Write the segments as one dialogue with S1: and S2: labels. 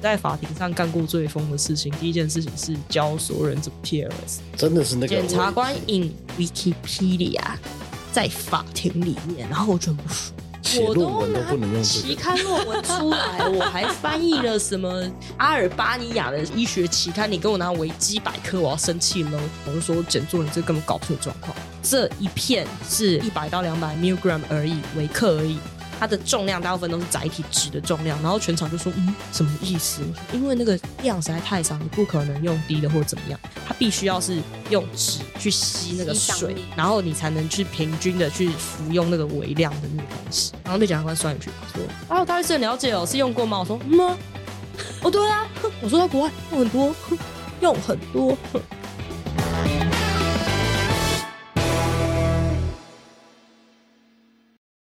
S1: 在法庭上干过最疯的事情，第一件事情是教所有人怎么 PLS。
S2: 真的是那个
S1: 检察官引 Wikipedia 在法庭里面，然后我全部说。
S2: 写
S1: 我
S2: 论文
S1: 拿
S2: 都不能用这
S1: 期
S2: 个，
S1: 刊论文出来，我还翻译了什么阿尔巴尼亚的医学期刊，你给我拿维基百科，我要生气喽！我就说简作，你这根本搞不清楚状况。这一片是一百到两百 milligram 而已，微克而已。它的重量大部分都是载体值的重量，然后全场就说：“嗯，什么意思？”因为那个量实在太少，你不可能用低的或怎么样，它必须要是用纸去吸那个
S3: 吸上
S1: 水
S3: 力，
S1: 然后你才能去平均的去服用那个微量的那个东西。然后被检察官酸一句说：“啊，我大律师很了解哦，是用过吗？”我说：“嗯、啊，哦对啊，哼我说到国外用很多， 哼用很多。哼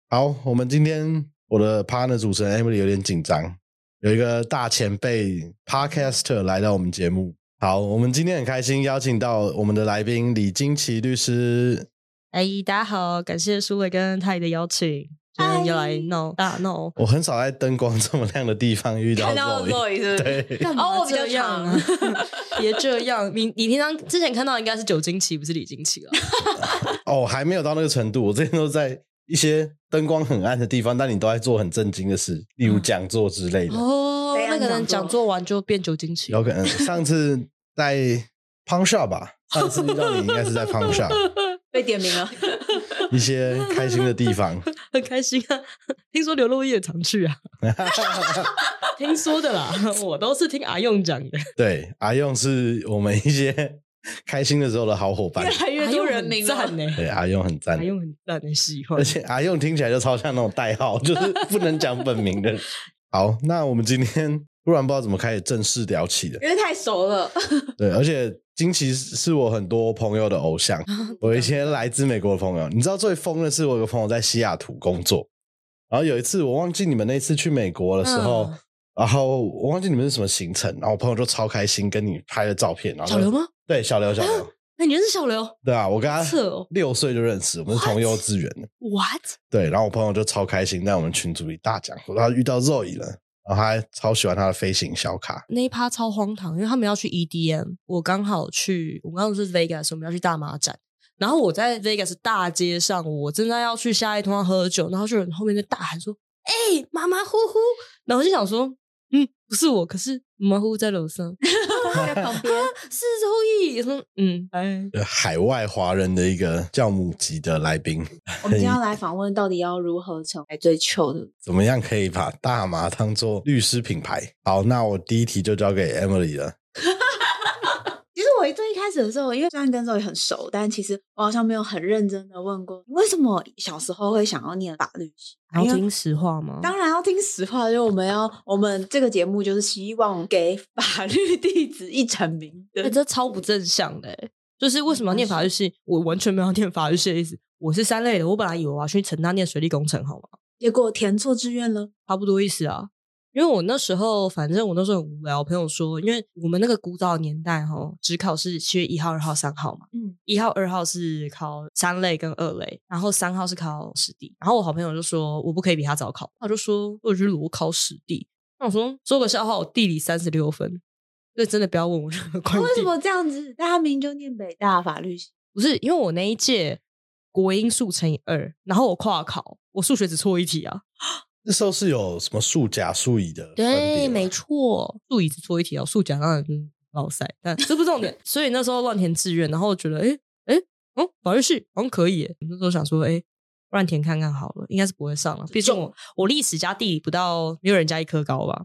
S2: 好，我们今天我的 partner 主持人 Emily 有点紧张，有一个大前辈 podcaster 来到我们节目。好，我们今天很开心邀请到我们的来宾李金奇律师。
S1: 哎，大家好，感谢苏伟跟泰的邀请，今天又来闹大闹。
S2: 我很少在灯光这么亮的地方遇到
S3: 看到
S2: Zoe
S3: Zoe 是不是？
S2: 对，
S1: 干
S3: 哦
S1: 嘛
S3: 我比较
S1: 这样啊？ 别这样，你你平常之前看到应该是酒精期，不是李金期了。
S2: 哦，还没有到那个程度。我之前都在一些灯光很暗的地方，但你都在做很正经的事，例
S1: 嗯
S2: 如讲座之类 的。
S1: 哦
S3: 怎样
S1: 那可能讲座完就变酒精期。
S2: 有可能上次在 Pang Shop 吧，上次遇到你应该是在 Pang Shop
S3: 被点名 了，
S2: 一些开心的地方。
S1: 很开心啊！ 听说刘若英也常去 啊，听说的啦， 我都是听阿用讲的。
S2: 对，阿用是我们一些开心的时候的好伙伴
S3: 越。来越多人名
S1: 阿
S3: 了
S1: 用很赞。呢、欸
S2: 对，阿用很赞
S1: 阿，用很赞呢、喜欢
S2: 而。且阿用听起来就超像那种代号，就是不能讲本名的人。好，那我们今天不然不知道怎么开始正式聊起的。
S3: 因为太熟了，
S2: 对，而且金奇是我很多朋友的偶 像，
S1: 嗯
S2: 我
S1: 啊
S2: 有一些来自美国的朋友。你知道最疯的是，我有个朋友在西雅图工作，然后有一次我忘记你们那次去美国的时候，
S1: 嗯
S2: 然后我忘记你们是什么行程，然后我朋友就超开心跟你拍了照片，然后
S1: 小刘吗？
S2: 对，小刘，小刘，
S1: 那你认识小刘
S2: 对啊，我跟他
S1: 是哦
S2: 六岁就认识，我们是同幼稚园的。
S1: ？What？
S2: 对，然后我朋友就超开心，在我们群组里大讲，说他遇到 Zoe 了，然后他还超喜欢他的飞行小卡。
S1: 那一趴超荒唐，因为他们要去 EDM，我刚好去，我们刚好是 Vegas，我们要去大马展。然后我在 Vegas 大街上，我正在要去下一通要喝酒，然后就有人后面在大喊说：“哎、妈妈呼呼！”然后我就想说：“嗯，不是我，可是妈妈呼呼在楼上，
S3: 在旁边
S1: 是周易。”说：“嗯，哎，
S2: 呃海外华人的一个教母级的来宾，
S3: 我们今天要来访问，到底要如何成为最糗的？
S2: 怎么样可以把大麻当做律师品牌？好，那我第一题就交给 Emily 了。
S3: 其实我最一开始的时候，因为虽然跟 Zoe 很熟，但其实我好像没有很认真的问过，为什么小时候会想要念法律系？
S1: 然
S3: 因
S1: 后
S3: 为
S1: 听实话吗？
S3: 当然要听实话，就我们要我们这个节目就是希望给法律弟子一盏明
S1: 哎、
S3: 灯。
S1: 这超不正向的、欸。就是为什么要念法律系？我完全没有要念法律系的意思。我是三类的，我本来以为我要去成大念水利工程，好吗？
S3: 结果填错志愿了，
S1: 差不多意思啊。因为我那时候，反正我那时候很无聊，我朋友说，因为我们那个古早的年代哈，只考是七月一号、二号、三号嘛，
S3: 嗯，
S1: 一号、二号是考三类跟二类，然后三号是考史地。然后我好朋友就说，我不可以比他早考，他就说我去裸考史地。那我说说个笑话，我地理三十六分，所以真的不要问我任何关于
S3: 啊为
S1: 地
S3: 什么这样子？大家明明就念北大法律系，
S1: 不是因为我那一届国英数乘以二，然后我跨考，我数学只错一题啊。
S2: 那时候是有什么数甲、数乙的分别啊
S1: 对，
S2: 吗
S1: 没错，数椅子做一题哦，数甲当然是老塞，但这不是重点。所以那时候乱填志愿，然后觉得诶诶，哦，法律系好像可以耶。那时候想说，诶，乱填看看好了，应该是不会上了。毕竟我我历史加地理不到没有人家一科高吧。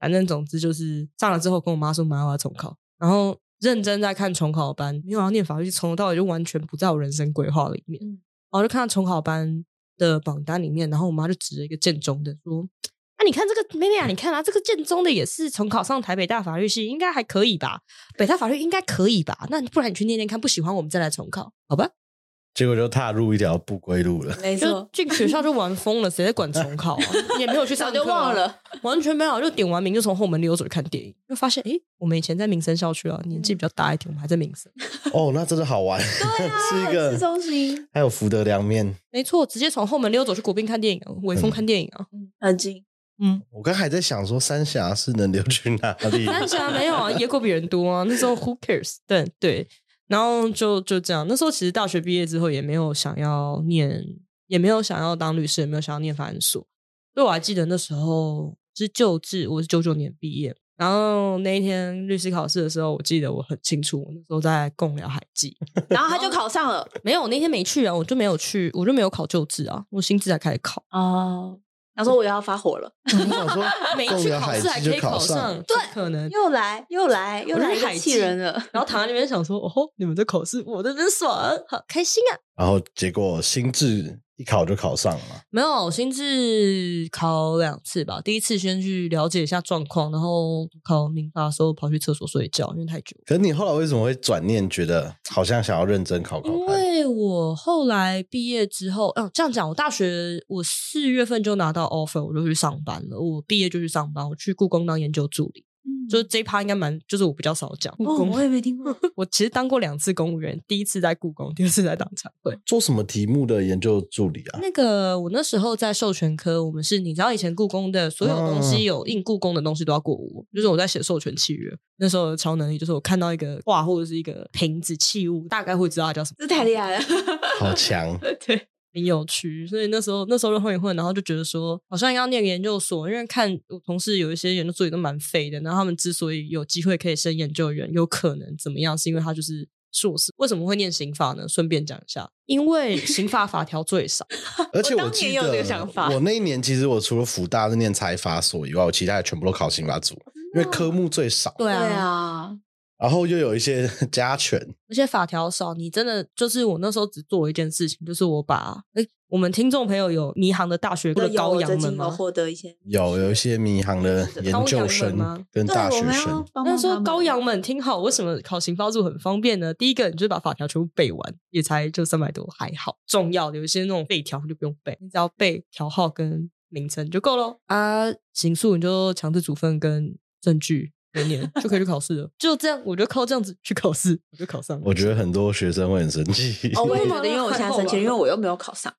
S1: 反正总之就是上了之后，跟我妈说妈我要重考，然后认真在看重考班，没有要念法律，从头到尾就完全不在我人生规划里面。
S3: 嗯
S1: 然后就看到重考班的榜单里面，然后我妈就指着一个建中的说：“啊，你看这个妹妹啊，你看啊，这个建中的也是重考上台北大法律系，应该还可以吧？北大法律应该可以吧？那你不然你去念念看，不喜欢我们再来重考，好吧？”
S2: 结果就踏入一条不归路 了。
S3: 没
S1: 就，进学校就玩疯了，谁在管重 考啊？也没有去上
S3: 早
S1: 课啊
S3: 就忘，了。
S1: 完全没有，就点完名就从后门溜走去看电影，就发现诶，我们以前在民生校区啊，年纪比较大一点，我们还在民生。
S2: 哦，那真的好玩，
S1: 啊
S2: 是一个
S3: 市中心
S2: 还有福德凉面。
S1: 没错，直接从后门溜走去国宾看电影啊，微风看电影啊，
S3: 嗯，很近。
S1: 嗯，
S2: 我刚还在想说三峡是能流去哪 里？
S1: 三峡没有啊，野狗比人多啊。那时候 Who cares？但对，然后就就这样。那时候其实大学毕业之后也没有想要念，也没有想要当律师，也没有想要念法律所。所以我还记得那时候是旧制，我是九九年毕业。然后那一天律师考试的时候，我记得我很清楚，我那时候在贡寮海记，
S3: 然后他就考上了
S1: 没有，我那天没去啊，我就没有去，我就没有考旧制啊，我新制才开始考。
S3: 哦。他说我又要发火了，
S2: 我想说，
S1: 没
S2: 动
S1: 去
S2: 了
S1: 考
S2: 海
S1: 试还
S2: 基
S1: 可
S2: 就
S1: 以考
S2: 上，
S1: 对，可能
S3: 又来又来又
S1: 我是
S3: 来一个
S1: 海
S3: 气
S1: 记
S3: 人了。
S1: 然后躺在那边想说，哦吼，你们在考试，我在这边爽，好开心啊！
S2: 然后结果心智一考就考上了嘛。
S1: 没有，我心智考两次吧，第一次先去了解一下状况，然后考民法的时候跑去厕所睡觉，因为太久。
S2: 可是你后来为什么会转念觉得好像想要认真考考
S1: 因
S2: 看？
S1: 为我后来毕业之后，嗯，这样讲，我大学我四月份就拿到 offer，我就去上班了。我毕业就去上班，我去故宫当研究助理。
S3: 嗯
S1: 就是这一趴应该蛮，就是我比较少讲。故
S3: 哦，
S1: 宫，
S3: 我也没听过。
S1: 我其实当过两次公务员，第一次在故宫，第二次在党产会。
S2: 做什么题目的研究助理啊？
S1: 那个我那时候在授权科，我们是你知道以前故宫的所有东
S2: 嗯
S1: 西有印故宫的东西都要过我，就是我在写授权契约那时候的超能力就是我看到一个画或者是一个瓶子器物，大概会知道它叫什么，
S3: 这太厉害了，
S2: 好强！
S1: 对。很有趣，所以那时候那时候就混一混，然后就觉得说好像要念研究所，因为看我同事有一些研究助理都蛮废的，然后他们之所以有机会可以升研究员，有可能怎么样，是因为他就是硕士。为什么会念刑法呢？顺便讲一下，因为刑法法条最少，
S2: 而且
S3: 我当
S2: 记
S3: 年也有这个
S2: 得
S3: 想法，
S2: 我那一年其实我除了福大是念财法所以外，我其他的全部都考刑法组，因为
S3: 哦
S2: 科目最少，
S1: 对
S3: 对
S1: 啊，
S3: 啊，
S2: 然后又有一些 加权，
S1: 而且法条少，你真的就是我那时候只做一件事情，就是我把哎、我们听众朋友有迷航的大学部的
S3: 有
S1: 高
S3: 我
S1: 阳
S3: 曾
S1: 们
S3: 经有
S1: 吗？
S3: 获得一些
S2: 有有一些迷航的研究
S1: 高阳们吗
S2: 生跟
S3: 对，
S2: 大
S3: 我
S2: 学
S3: 们要
S2: 生，
S3: 帮
S1: 那
S3: 忙
S1: 时候
S3: 他们
S1: 高阳们听好，为什么考刑发组很方便呢？第一个，你就把法条全部背完，也才就三百多，还好。重要的有一些那种背条你就不用背，你只要背条号跟名称就够咯。啊，刑诉你就强制处分跟证据。明年就可以去考试了， 就这样，我就靠这样子去考试，我就考上了。
S2: 我觉得很多学生会很生气。
S3: 哦，我也
S1: 为
S3: 觉
S1: 吗
S3: 得，因为我现在生气，因为我又没有考上。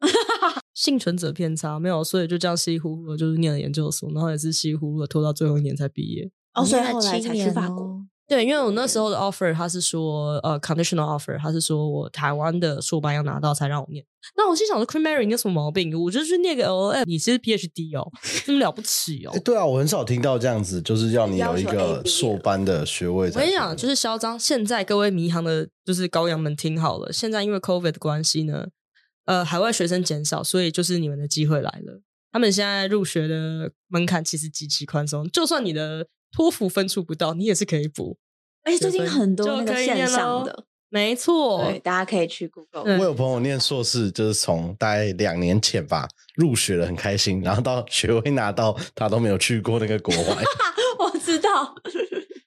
S1: 幸存者偏差没有，所以就这样稀里糊涂的，就是念了研究所，然后也是稀里糊涂的拖到最后一年才毕业。
S3: 哦，所以后来才去法国。
S1: 对，因为我那时候的 offer 他是说呃 conditional offer，他是说我台湾的硕班要拿到才让我念。那我心想说 c r e m a r y 你有什么毛病？我就去念个 LLM，你是 PhD 哦，这么了不起哦
S2: 诶。对啊，我很少听到这样子，就是要你有一
S3: 要求 A
S2: 个
S3: B
S2: 硕班的学位
S1: 我
S2: 才可
S1: 跟
S2: 以。
S1: 你讲，就是嚣张。现在各位迷航的，就是高阳们听好了，现在因为 COVID 的关系呢，呃，海外学生减少，所以就是你们的机会来了。他们现在入学的门槛其实极其宽松，就算你的托福分数不到，你也是可以补。
S3: 而哎且最近很多
S1: 就
S3: 那
S1: 可
S3: 个
S1: 以
S3: 线
S1: 念
S3: 上
S1: 咯
S3: 的，
S1: 没错，
S3: 对，大家可以去 Google。
S1: 对
S2: 我有朋友念硕士，就是从大概两年前吧入学了，很开心，然后到学位拿到，他都没有去过那个国外。
S3: 我知道，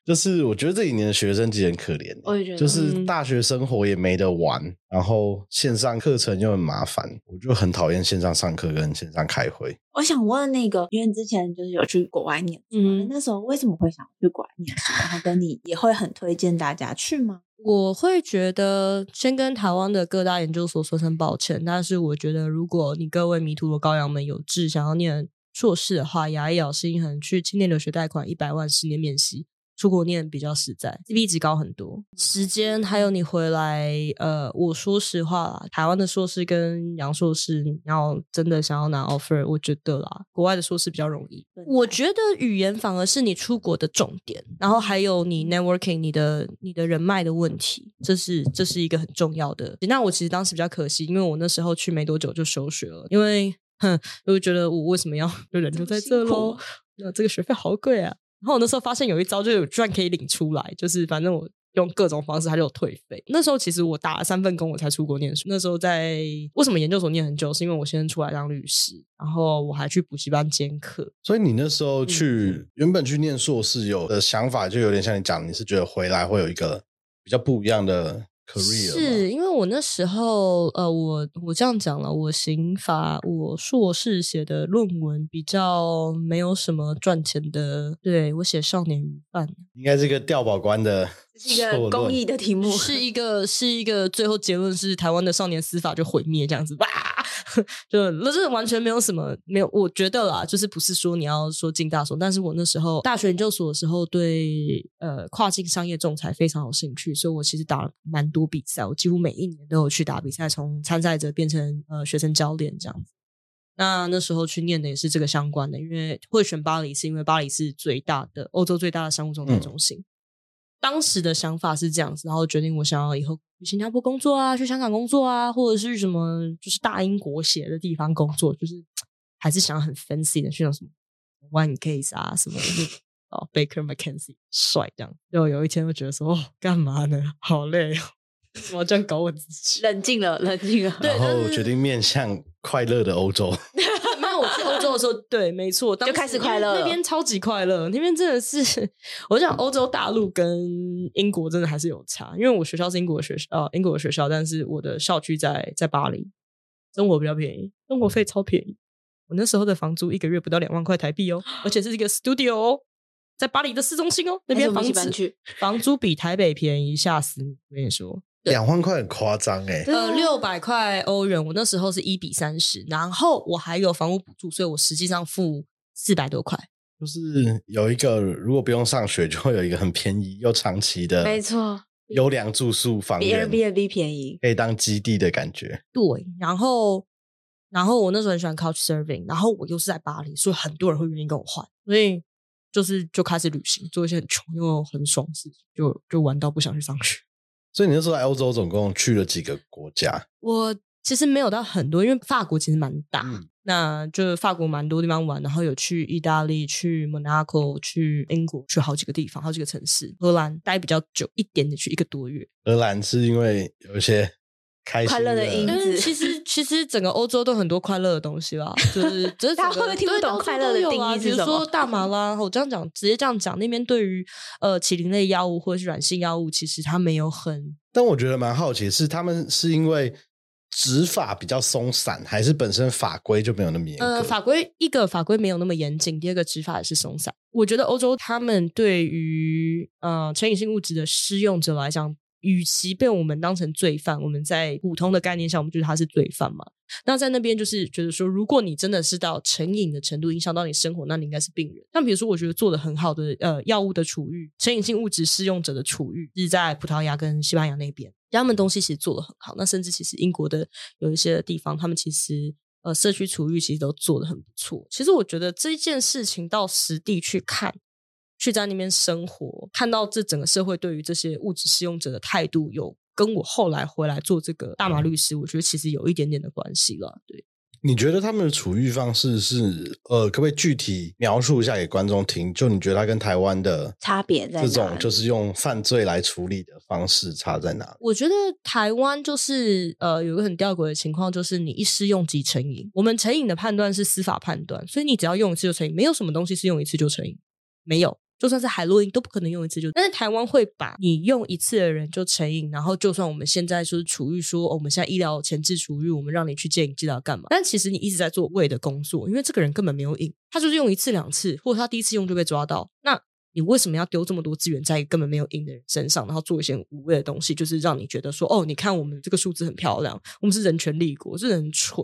S2: 就是我觉得这几年的学生其实很可怜，欸
S3: 我也觉得嗯
S2: 就是大学生活也没得玩，然后线上课程又很麻烦，我就很讨厌线上上课跟线上开会。
S3: 我想问那个，因为之前就是有去国外念，
S1: 嗯
S3: 那时候为什么会想去国外念书？然后跟你也会很推荐大家去吗？
S1: 我会觉得先跟台湾的各大研究所说声抱歉，但是我觉得如果你各位迷途的羔羊们有志想要念硕士的话，牙医老师银行去青年留学贷款一百万十年免息，出国念比较实在，CP 值高很多。时间还有你回来，呃，我说实话啦，台湾的硕士跟洋硕士，你要真的想要拿 offer，我觉得啦，国外的硕士比较容易。
S3: 对
S1: 我觉得语言反而是你出国的重点，然后还有你 networking、你的你的人脉的问题，这是这是一个很重要的。那我其实当时比较可惜，因为我那时候去没多久就休学了，因为哼，我就觉得我为什么要就人就在这
S3: 这么辛苦
S1: 喽
S3: 啊？
S1: 那这个学费好贵啊！然后我那时候发现有一招，就是有赚可以领出来，就是反正我用各种方式，它就有退费。那时候其实我打了三份工，我才出国念书。那时候在为什么研究所念很久，是因为我先出来当律师，然后我还去补习班兼课。
S2: 所以你那时
S3: 嗯
S2: 候去、原本去念硕士，有的想法就有点像你讲，你是觉得回来会有一个比较不一样的 career 吗
S1: 是因为我那时候，呃，我我这样讲了，我刑法我硕士写的论文比较没有什么赚钱的，对我写少年鱼贩，
S2: 应该是一个调保官的
S3: 这是一个
S2: 硕
S3: 公
S2: 论
S3: 益的题目，
S1: 是一个是一个最后结论是台湾的少年司法就毁灭这样子哇， 就那这完全没有什么没有，我觉得啦，就是不是说你要说进大所，但是我那时候大学研究所的时候对呃跨境商业仲裁非常有兴趣，所以我其实打了蛮多比赛，我几乎每一年都有去打比赛，从参赛者变成呃学生教练这样子。那那时候去念的也是这个相关的，因为会选巴黎是因为巴黎是最大的欧洲最大的商务仲裁中心。当时的想法是这样子，然后决定我想要以后去新加坡工作啊，去香港工作啊，或者是什么就是大英国协的地方工作，就是还是想要很 fancy 的去那种什么 One Case 啊什么的，就哦 Baker McKenzie 帅这样。就有一天我觉得说，哦，干嘛呢？好累哦， 为什么要这样搞我自己？
S3: 冷静了，冷静 了。
S1: 对
S2: 然
S1: 但
S2: 后
S1: 是
S2: 决定面向快乐的欧洲。
S1: 没有，我去欧洲的时候，对，没错，当时
S3: 就开始快乐了
S1: 因为那边超级快乐，那边真的是， 我想欧洲大陆跟英国真的还是有差，因为我学校是英国的学校，呃，英国的学校，但是我的校区在在巴黎，生活比较便宜，生活费超便宜。我那时候的房租一个月不到两万块台币哦，而且是一个 studio 哦，在巴黎的市中心哦，那
S3: 还是
S1: 边
S3: 我们
S1: 房
S3: 一起搬
S1: 子
S3: 去，
S1: 房租比台北便宜，吓死你！我跟你说，
S2: 两万块很夸张哎、
S3: 对啊
S1: 呃，六百块欧元，我那时候是一比三十，然后我还有房屋补助，所以我实际上付四百多块。
S2: 就是有一个如果不用上学，就会有一个很便宜又长期的，
S3: 没错，
S2: 优良住宿房
S3: 比
S2: 源，
S3: Airbnb 便宜。
S2: 可以当基地的感觉。
S1: 对，然后，然后我那时候很喜欢 Couch Surfing，然后我又是在巴黎，所以很多人会愿意跟我换，所以就是就开始旅行，做一些很穷又很爽的事情，就就玩到不想去上学。
S2: 所以你那时候在欧洲总共去了几个国家？
S1: 我其实没有到很多，因为法国其实蛮
S3: 啊
S1: 大，
S2: 嗯
S1: 那就法国蛮多地方玩，然后有去意大利、去 Monaco、去英国，去好几个地方、好几个城市。荷兰待比较久一点点，去一个多月。
S2: 荷兰是因为有一些开心
S3: 快乐的因
S1: 但
S3: 子
S1: 是嗯其实其实整个欧洲都很多快乐的东西啦，就是只是整个
S3: 大家会不会听不
S1: 对
S3: 懂
S1: 到处
S3: 快乐
S1: 都
S3: 的
S1: 有
S3: 定
S1: 啦
S3: 义是
S1: 比如
S3: 什么
S1: 说大麻啦，我这样讲直接这样讲，那边对于呃麒麟类药物或者是软性药物，其实它没有很
S2: 但我觉得蛮好奇的是，他们是因为执法比较松散，还是本身法规就没有那么严格？
S1: 呃，法规一个法规没有那么严谨，第二个执法也是松散。我觉得欧洲他们对于呃成瘾性物质的施用者来讲，与其被我们当成罪犯，我们在普通的概念下，我们觉得他是罪犯嘛。那在那边就是觉得说，如果你真的是到成瘾的程度，影响到你生活，那你应该是病人。像比如说，我觉得做的很好的呃药物的处遇，成瘾性物质适用者的处遇是在葡萄牙跟西班牙那边，他们东西其实做的很好。那甚至其实英国的有一些地方，他们其实呃社区处遇其实都做的很不错。其实我觉得这件事情到实地去看。去在那边生活，看到这整个社会对于这些物质使用者的态度，有跟我后来回来做这个大马律师，我觉得其实有一点点的关系了。对，
S2: 你觉得他们的处遇方式是呃，可不可以具体描述一下给观众听？就你觉得它跟台湾的
S3: 差别在哪
S2: 这
S3: 里
S2: 种就是用犯罪来处理的方式差在哪？
S1: 我觉得台湾就是呃，有一个很吊诡的情况，就是你一施用即成瘾。我们成瘾的判断是司法判断，所以你只要用一次就成瘾，没有什么东西是用一次就成瘾，没有。就算是海洛因都不可能用一次就，但是台湾会把你用一次的人就成瘾，然后就算我们现在就是处于说、哦我们现在医疗前置处于，我们让你去戒瘾治疗干嘛？但其实你一直在做胃的工作，因为这个人根本没有瘾，他就是用一次两次，或者他第一次用就被抓到，那你为什么要丢这么多资源在根本没有赢的人身上，然后做一些很无谓的东西，就是让你觉得说，哦，你看我们这个数字很漂亮，我们是人权立国，是很蠢。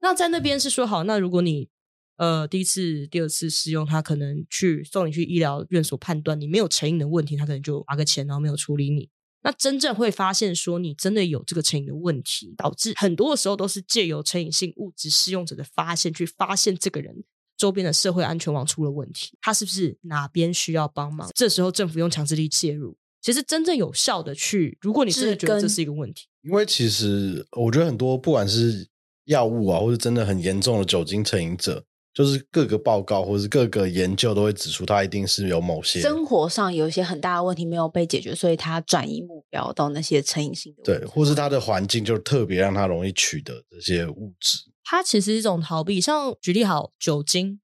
S1: 那在那边是说好，那如果你呃第一次、第二次试用，他可能去送你去医疗院所判断你没有成瘾的问题，他可能就罚个钱，然后没有处理你。那真正会发现说你真的有这个成瘾的问题，导致很多的时候都是借由成瘾性物质使用者的发现去发现这个人周边的社会安全网出了问题，他是不是哪边需要帮忙？这时候政府用强制力介入，其实真正有效的去，如果你真的觉得这是一个问题，
S2: 因为其实我觉得很多不管是药物啊，或是真的很严重的酒精成瘾者，就是各个报告或是各个研究都会指出，他一定是有某些
S3: 生活上有一些很大的问题没有被解决，所以他转移目标到那些成瘾性的问
S2: 对，
S3: 题
S2: 或是他的环境就特别让他容易取得这些物质。
S1: 它其实是一种逃避。像举例好酒精，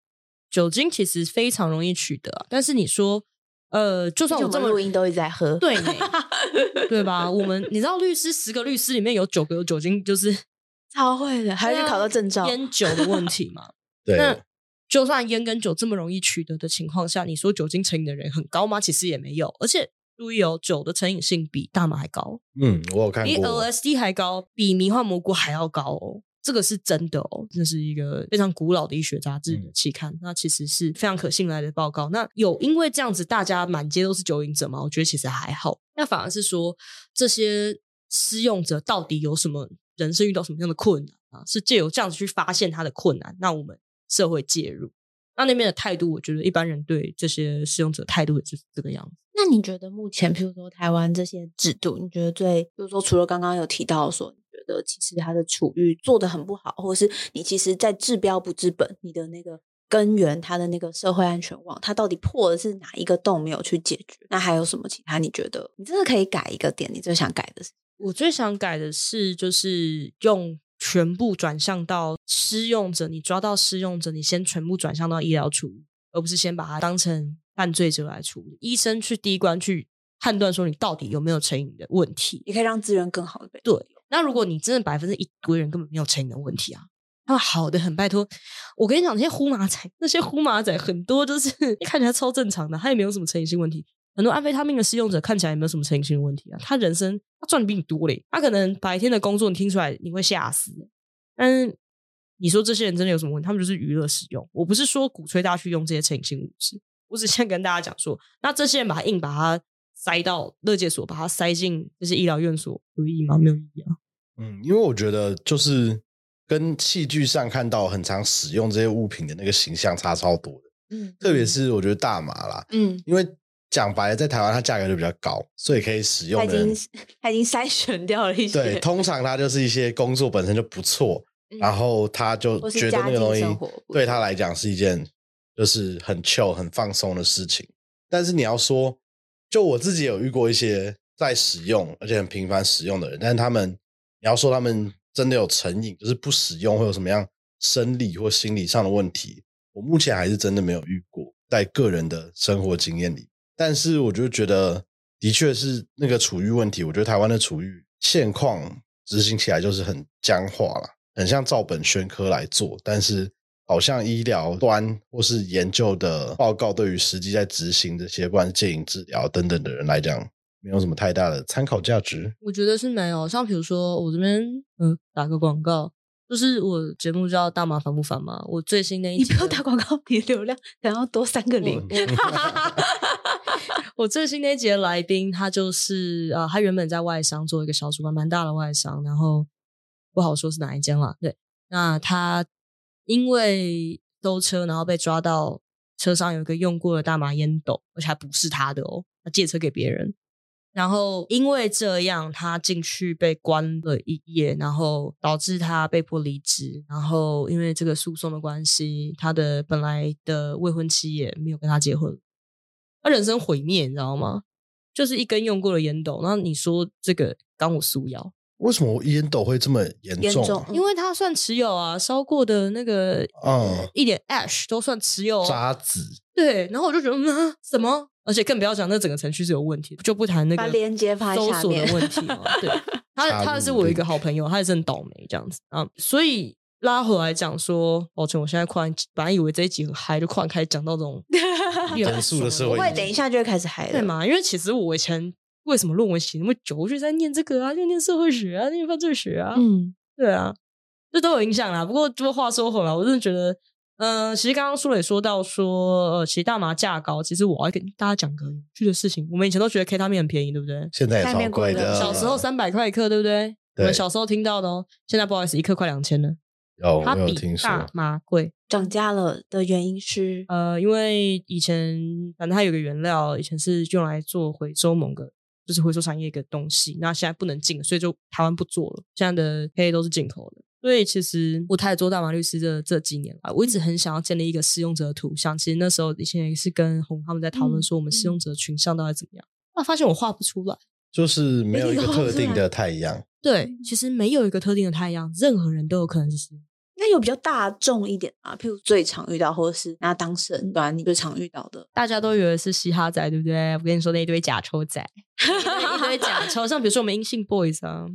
S1: 酒精其实非常容易取得啊、但是你说，呃，就算
S3: 就
S1: 我
S3: 我
S1: 这
S3: 们
S1: 么
S3: 录音都一直在喝，
S1: 对呢，对吧？我们你知道，律师十个律师里面有九个有酒精，就是
S3: 超会的，
S1: 啊
S3: 还要去考到证照，
S1: 烟酒的问题嘛。
S2: 对，
S1: 那就算烟跟酒这么容易取得的情况下，你说酒精成瘾的人很高吗？其实也没有，而且注意哦，酒的成瘾性比大麻还高，
S2: 嗯，我有看
S1: 比
S2: 过，
S1: LSD 还高，比迷幻蘑菇还要高哦。这个是真的哦，这是一个非常古老的医学杂
S2: 嗯
S1: 志的期刊，那其实是非常可信赖的报告。那有因为这样子，大家满街都是酒瘾者吗？我觉得其实还好，那反而是说这些施用者到底有什么人生遇到什么样的困难啊？是借由这样子去发现他的困难，那我们社会介入。那那边的态度，我觉得一般人对这些使用者态度也就是这个样子。
S3: 那你觉得目前，譬如说台湾这些制度，你觉得最，比如说除了刚刚有提到说，你觉得其实它的处遇做的很不好，或是你其实在治标不治本，你的那个根源，它的那个社会安全网，它到底破的是哪一个洞没有去解决？那还有什么其他？你觉得你真的可以改一个点，你最想改的是？
S1: 我最想改的是，就是用全部转向到施用者，你抓到施用者，你先全部转向到医疗处理，而不是先把它当成犯罪者来处理。医生去第一关去判断说你到底有没有成瘾的问题。
S3: 也可以让资源更好的被
S1: 对，那如果你真的百分之一堆人根本没有成瘾的问题啊，那好的很，拜托。我跟你讲，那些呼麻仔，那些呼麻仔很多就是 看起来超正常的，他也没有什么成瘾性问题。很多安非他命的使用者看起来也没有什么成瘾性问题啊，他人生他赚的比你多嘞，他可能白天的工作你听出来你会吓死，但是你说这些人真的有什么问题？他们就是娱乐使用。我不是说鼓吹大家去用这些成瘾性物质，我只是想跟大家讲说，那这些人把它硬把它塞到乐界所，把它塞进这些医疗院所，有意义吗？没有意义啊。
S2: 嗯，因为我觉得就是跟器具上看到很常使用这些物品的那个形象差超多的，
S3: 嗯
S2: 特别是我觉得大麻啦，
S3: 嗯，
S2: 因为讲白了，在台湾它价格就比较高，所以可以使
S3: 他
S2: 用
S3: 已
S2: 的人
S3: 经他已经筛选掉了一些，
S2: 对，通常它就是一些工作本身就不错，
S3: 嗯
S2: 然后他就
S3: 或是
S2: 觉得那个东西
S3: 家境生活不
S2: 对
S3: 错
S2: 他来讲是一件就是很 chill 很放松的事情。但是你要说，就我自己有遇过一些在使用而且很频繁使用的人，但是他们你要说他们真的有成瘾，就是不使用会有什么样生理或心理上的问题，我目前还是真的没有遇过，在个人的生活经验里。但是我就觉得，的确是那个处遇问题。我觉得台湾的处遇现况执行起来就是很僵化了，很像照本宣科来做，但是好像医疗端或是研究的报告对于实际在执行这些，不管是戒瘾治疗等等的人来讲，没有什么太大的参考价值。
S1: 我觉得是没有，像比如说我这边嗯打个广告，就是我节目叫《大麻烦不烦》嘛，我最新那一
S3: 你
S1: 集呢，
S3: 不要打广告，你的流量可能要多三
S2: 嗯
S3: 个零。
S1: 我最新那一集的来宾，他就是啊、呃他原本在外商做一个小主管，蛮大的外商，然后不好说是哪一间啦。对，那他因为兜车，然后被抓到车上有一个用过的大麻烟斗，而且还不是他的哦，他借车给别人。然后因为这样，他进去被关了一夜，然后导致他被迫离职。然后因为这个诉讼的关系，他的本来的未婚妻也没有跟他结婚，他人生毁灭，你知道吗？就是一根用过的烟斗。那你说这个刚我苏瑶，
S2: 为什么烟斗会这么严
S3: 严
S2: 重
S3: 重
S2: 啊？
S1: 因为他算持有啊，烧过的那个
S2: 嗯
S1: 一点 ash 都算持有、哦。
S2: 渣子，
S1: 对，然后我就觉得嗯、啊什么？而且更不要讲那整个程序是有问题，就不谈那
S3: 把
S1: 个
S3: 链接放在
S1: 搜
S3: 下
S1: 索的
S3: 面
S1: 问题嘛。 对，他
S2: 插
S1: 他
S2: 入
S1: 是我一个
S2: 链
S1: 好朋友，他也是很倒霉这样子啊。所以拉回来讲说，抱歉，我现在突然本来以为这一集很嗨，就突然开始讲到这 种
S2: 严肃的社
S3: 不
S2: 会
S3: 会，等一下就会开始嗨了。
S1: 对？嘛？因为其实我以前为什么论文写那么久，我就在念这个啊，就念社会学啊，念犯罪学啊，
S3: 嗯，
S1: 对啊，这都有影响啦。不过，不过话说回来，我真的觉得，嗯、其实刚刚苏磊说到说，呃，其实大麻价高，其实我要跟大家讲个有趣的事情。我们以前都觉得 K 他命很便宜，对不对？
S2: 现在也
S3: 下
S2: 超
S3: 面
S2: 贵
S3: 贵
S2: 的。
S3: 了
S1: 小时候三百块一克，对不对？我们
S2: 对
S1: 小时候听到的哦，现在不好意思，一克快两千了，
S2: 有
S1: 它
S2: 哦我有
S1: 比
S2: 听说，
S1: 大麻贵。
S3: 涨价了的原因是，
S1: 呃，因为以前反正它有个原料，以前是用来做回收某个就是回收产业一个东西，那现在不能进了，所以就台湾不做了。现在的黑都是进口的，所以其实我太做大麻律师的这几年来，我一直很想要建立一个使用者的图像。其实那时候以前也是跟红他们在讨
S2: 嗯
S1: 论说，我们使用者的群像到底怎么样。那发现我画不出来，
S2: 就是没有一个
S3: 有点
S2: 特
S3: 搞不
S1: 啊
S2: 定
S3: 出来
S2: 的太阳。
S1: 对，其实没有一个特定的太阳，任何人都有可能是使用者
S3: 应该有比较大众一点啊，譬如最常遇到，或者是拿当事人啊端你最常遇到 的，
S1: 大家都以为是嘻哈仔，对不对？我跟你说，那一堆假抽仔，一堆 假抽，像比如说我们阴性 boys 啊，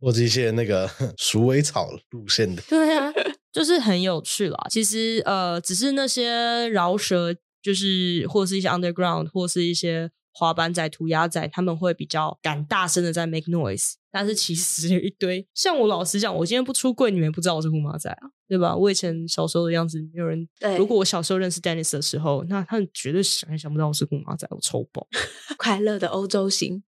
S2: 或者一些那个 鼠尾草路线的，
S1: 对啊，就是很有趣啦。其实呃，只是那些饶舌，就是或是一些 underground，或是一些滑板仔、涂鸦仔，他们会比较敢大声的在 make noise，但是其实有一堆，像我老实讲，我今天不出柜，你们也不知道我是胡马仔啊，对吧？我以前小时候的样子，没有人。
S3: 对，
S1: 如果我小时候认识 Dennis 的时候，那他们绝对想也想不到我是胡马仔，我抽爆。
S3: 快乐的欧洲行，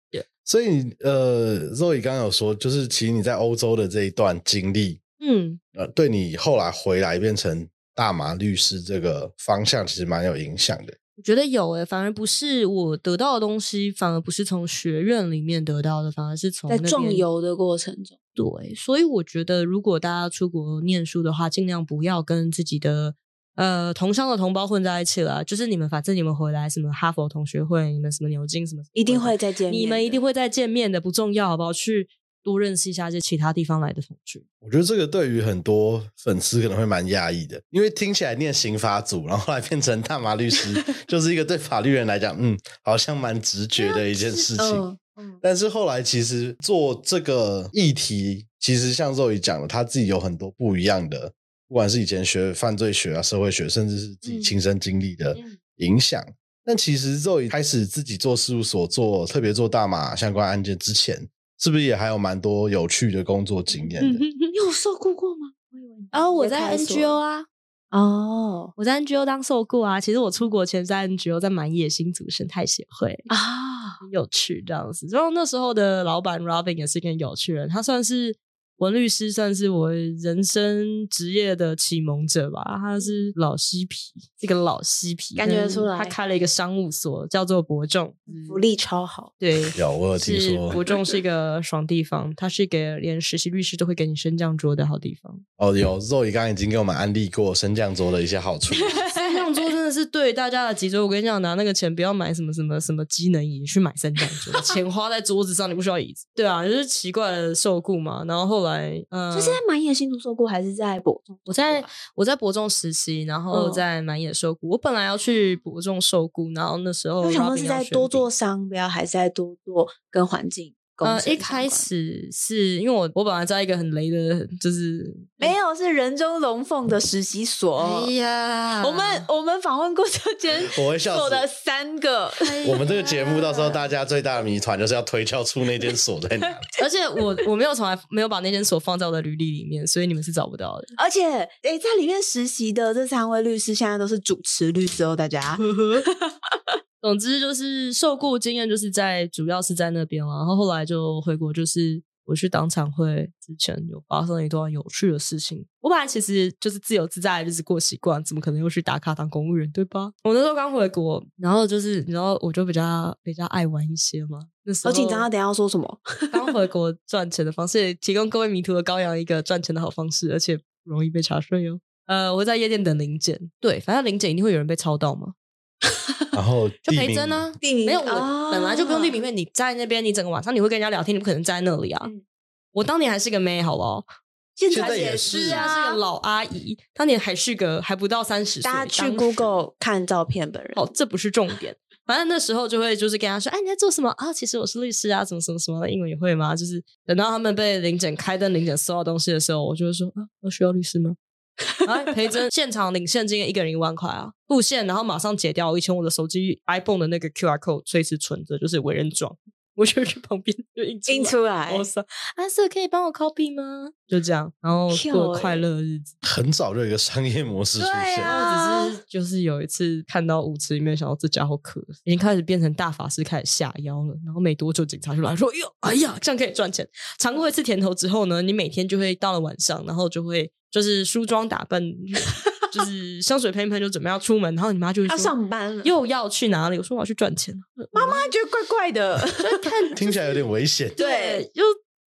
S2: 所以呃，Zoe 刚刚有说，就是其实你在欧洲的这一段经历，
S1: 嗯，
S2: 呃，对你后来回来变成大麻律师这个方向，其实蛮有影响的。
S1: 我觉得有诶、反而不是我得到的东西，反而不是从学院里面得到的，反而是从
S3: 在
S1: 那边
S3: 壮游的过程中，
S1: 对，所以我觉得，如果大家出国念书的话，尽量不要跟自己的呃同乡的同胞混在一起了。就是你们，反正你们回来什么哈佛同学会，你们什么牛津什么，
S3: 一定会，再见面的，
S1: 你们一定会再见面的，不重要，好不好？去多认识一下这其他地方来的同学。
S2: 我觉得这个对于很多粉丝可能会蛮讶异的，因为听起来念刑法组，然后后来变成大麻律师，就是一个对法律人来讲，嗯，好像蛮直觉的一件事情。
S3: 嗯嗯，
S2: 但是后来其实做这个议题，其实像肉宇讲的，他自己有很多不一样的，不管是以前学犯罪学啊、社会学，甚至是自己亲身经历的
S1: 嗯
S2: 影响。但其实肉宇开始自己做事务所做，特别做大麻相关案件之前，是不是也还有蛮多有趣的工作经 验的？
S3: 你有受雇过吗？我以为你
S1: 然后哦我
S3: 也
S1: 在
S3: 开锁
S1: NGO 啊，
S3: 哦
S1: 我在 NGO 当受雇啊。其实我出国前在 NGO 在满野新组生态协会，
S3: 啊，
S1: 很有趣这样子。然后那时候的老板 Robin 也是一个很有趣人，他算是文律师，算是我人生职业的启蒙者吧。他是老嬉皮，这个老嬉皮，
S3: 感觉
S1: 但是
S3: 出来
S1: 他开了一个商务所，叫做伯仲，
S3: 福利超好，
S1: 对。
S2: 有，我有听
S1: 是伯
S2: 说
S1: 仲是一个爽地方，它是一个连实习律师都会给你升降桌的好地方。
S2: 哦，有肉宇刚刚已经给我们安利过升降桌的一些好处。
S1: 升降桌真的是对大家的脊椎。我跟你讲，拿那个钱不要买什么什么什么机能椅，去买升降桌，钱花在桌子上，你不需要椅子。对啊，就是奇怪的受雇嘛。然后后来，嗯、
S3: 就是在满野新竹受雇，还是在博中？
S1: 我在我在伯仲实习，然后
S3: 嗯
S1: 在满野受雇。我本来要去伯仲受雇，然后那时候
S3: 我想说
S1: Robin
S3: 是
S1: 要
S3: 在
S1: 选
S3: 多
S1: 定
S3: 做商标，还是在多做跟环境工程
S1: 呃，
S3: 相
S1: 一
S3: 关？
S1: 开始是因为我我本来在一个很雷的，就是
S3: 没有，是人中龙凤的实习所。
S1: 呀
S3: 我们我们访问过这 间
S2: 我会笑
S3: 所
S2: 死
S3: 的三个，
S2: 我们这个节目到时候大家最大的谜团就是要推敲出那间锁在 哪里。
S1: 而且我我没有从来没有把那间锁放在我的履历里面，所以你们是找不到的。
S3: 而且诶，在里面实习的这三位律师现在都是主持律师哦，大家。
S1: 总之就是受雇经验就是在主要是在那边啊了，然后后来就回国，就是我去党产会之前有发生了一段有趣的事情。我本来其实就是自由自在的日子过习惯，怎么可能又去打卡当公务员对吧？我那时候刚回国，然后就是你知道我就比较比较爱玩一些嘛，那时
S3: 好
S1: 候
S3: 紧张啊！等一下要说什么？
S1: 刚回国赚钱的方式，也提供各位迷途的羔羊一个赚钱的好方式，而且不容易被查税哦。呃，我在夜店等零检，对，反正零检一定会有人被抄到嘛，
S2: 然后
S1: 就
S2: 地
S1: 培
S2: 名
S1: 真啊，
S3: 地名
S1: 没有我、
S3: 啊
S1: 本来就不用地名片，你在那边，你整个晚上你会跟人家聊天，你不可能在那里啊。
S3: 嗯
S1: 我当年还是个妹，好不好？
S3: 现
S2: 在
S3: 在
S2: 也是
S1: 是啊，是个老阿姨，当年还是个还不到三十岁。
S3: 大家去
S1: 当时
S3: Google 看照片，本人
S1: 好，哦这不是重点。反正那时候就会就是跟他说，哎，你在做什么啊？其实我是律师啊，怎么什么什么的，英文也会吗？就是等到他们被领检开灯、领检搜到东西的时候，我就会说啊，我需要律师吗？然后裴真现场领现金，一个人一万块啊，付现，然后马上解掉。以前我的手机 iPhone 的那个 QR code 随时存着，就是委任状，我就去旁边就印
S3: 印
S1: 出
S3: 出来
S1: 来。我说阿 Sir 可以帮我 copy 吗？就这样，然后
S3: 跳
S1: 过
S3: 欸
S1: 快乐的日子。
S2: 很早就有一个商业模式出
S3: 对
S2: 现。
S1: 然
S3: 啊
S1: 后只是就是有一次看到舞池里面，想到这家伙可已经开始变成大法师，开始下腰了。然后没多久，警察就来说：“哎呦，哎呀，这样可以赚钱。”尝过一次甜头之后呢，你每天就会到了晚上，然后就会就是梳妆打扮，就是香水喷一喷，就准备要出门。然后你妈就会
S3: 要
S1: 说
S3: 上班了，
S1: 又要去哪里？我说我要去赚钱。
S3: 妈妈觉得怪怪的，
S2: 听起来有点危险。
S1: 对，又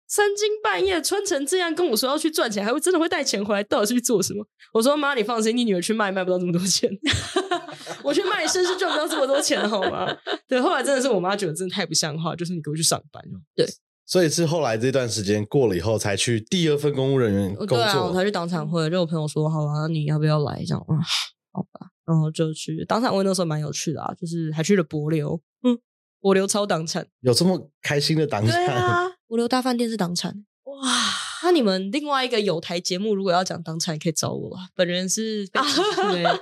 S1: 三更半夜穿成这样跟我说要去赚钱，还会真的会带钱回来，到底是去做什么？我说妈，你放心，你女儿去卖卖不到这么多钱， 我去卖身是赚不到这么多钱的好吗？对，后来真的是我妈觉得真的太不像话，就是你给我去上班哦。对，
S2: 所以是后来这段时间过了以后，才去第二份公务人员工
S1: 对啊，我才
S2: 作。
S1: 去党产会，就我朋友说好啊，你要不要来？这样啊，好吧，然后就去党产会，那时候蛮有趣的啊，就是还去了柏流，嗯，柏流超党产，
S2: 有这么开心的党
S3: 对
S2: 产？
S3: 啊，
S1: 柏流大饭店是党产。
S3: 哇，
S1: 那你们另外一个有台节目，如果要讲党产，也可以找我啊。本人是被指出 欸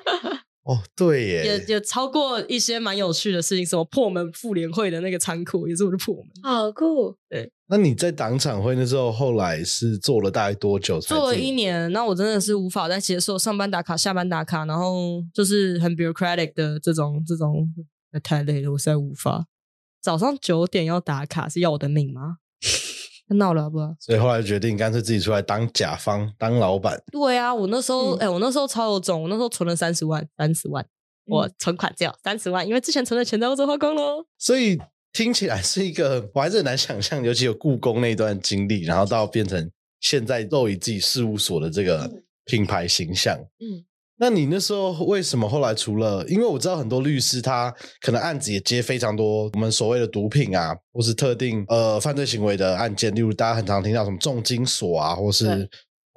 S2: 哦，对
S1: 也
S2: 耶，
S1: 也超过一些蛮有趣的事情，什么破门妇联会的那个仓库也是我的破门。
S3: 好酷！
S1: 对，
S2: 那你在党产会那时候，后来是做了大概多久才进？
S1: 做了一年，那我真的是无法再接受上班打卡、下班打卡，然后就是很 bureaucratic 的这种这种，哎太累了，我实在无法。早上九点要打卡是要我的命吗？ 闹了好不好？
S2: 所以后来决定干脆自己出来当甲方，当老板。
S1: 对啊，我那时候
S3: 嗯
S1: 哎、我那时候超有种，我那时候存了三十万，三十万，我
S3: 嗯
S1: 存款只有三十万，因为之前存的钱在欧洲花光喽。
S2: 所以听起来是一个，我还是很难想象，尤其有故宫那段经历，然后到变成现在肉以自己事务所的这个
S3: 嗯
S2: 品牌形象。
S3: 嗯，
S2: 那你那时候为什么后来除了，因为我知道很多律师他可能案子也接非常多我们所谓的毒品啊，或是特定呃犯罪行为的案件，例如大家很常听到什么重金所啊，或是
S3: 对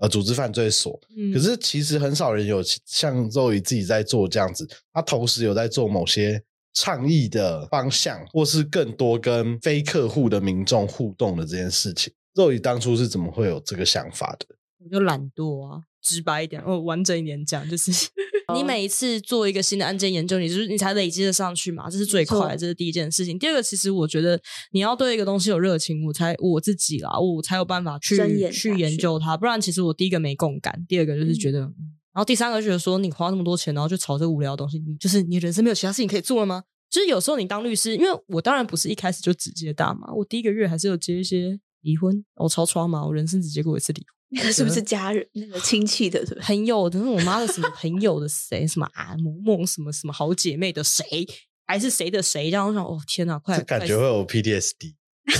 S2: 呃组织犯罪所，
S1: 嗯
S2: 可是其实很少人有像周瑜自己在做这样子，他同时有在做某些倡议的方向，或是更多跟非客户的民众互动的这件事情。肉宇当初是怎么会有这个想法的？
S1: 我就懒惰啊，直白一点，哦，完整一点讲，就是 呃你
S3: 哦
S1: 每一次做一个新的案件研究，你就是你才累积的上去嘛，这是最
S3: 没错
S1: 快，这是第一件事情。第二个，其实我觉得你要对一个东西有热情，我才我自己啦，我才有办法去
S3: 钻研下
S1: 去
S3: 去
S1: 研究它，不然其实我第一个没共感，第二个就是觉得。嗯然后第三个就觉得说，你花那么多钱，然后就炒这个无聊的东西，你就是你人生没有其他事情可以做了吗？就是有时候你当律师，因为我当然不是一开始就只接大麻，我第一个月还是有接一些离婚，我超抓嘛，我人生只接过一次离婚。
S3: 那个是不是家人那个亲戚的，对不对？
S1: 朋友的，那我妈的什么朋友的谁，什么啊某某什么什么好姐妹的谁，还是谁的谁，这样我想，哦天哪，快
S2: 这感
S1: 快
S2: 觉
S1: 死
S2: 会有 PTSD。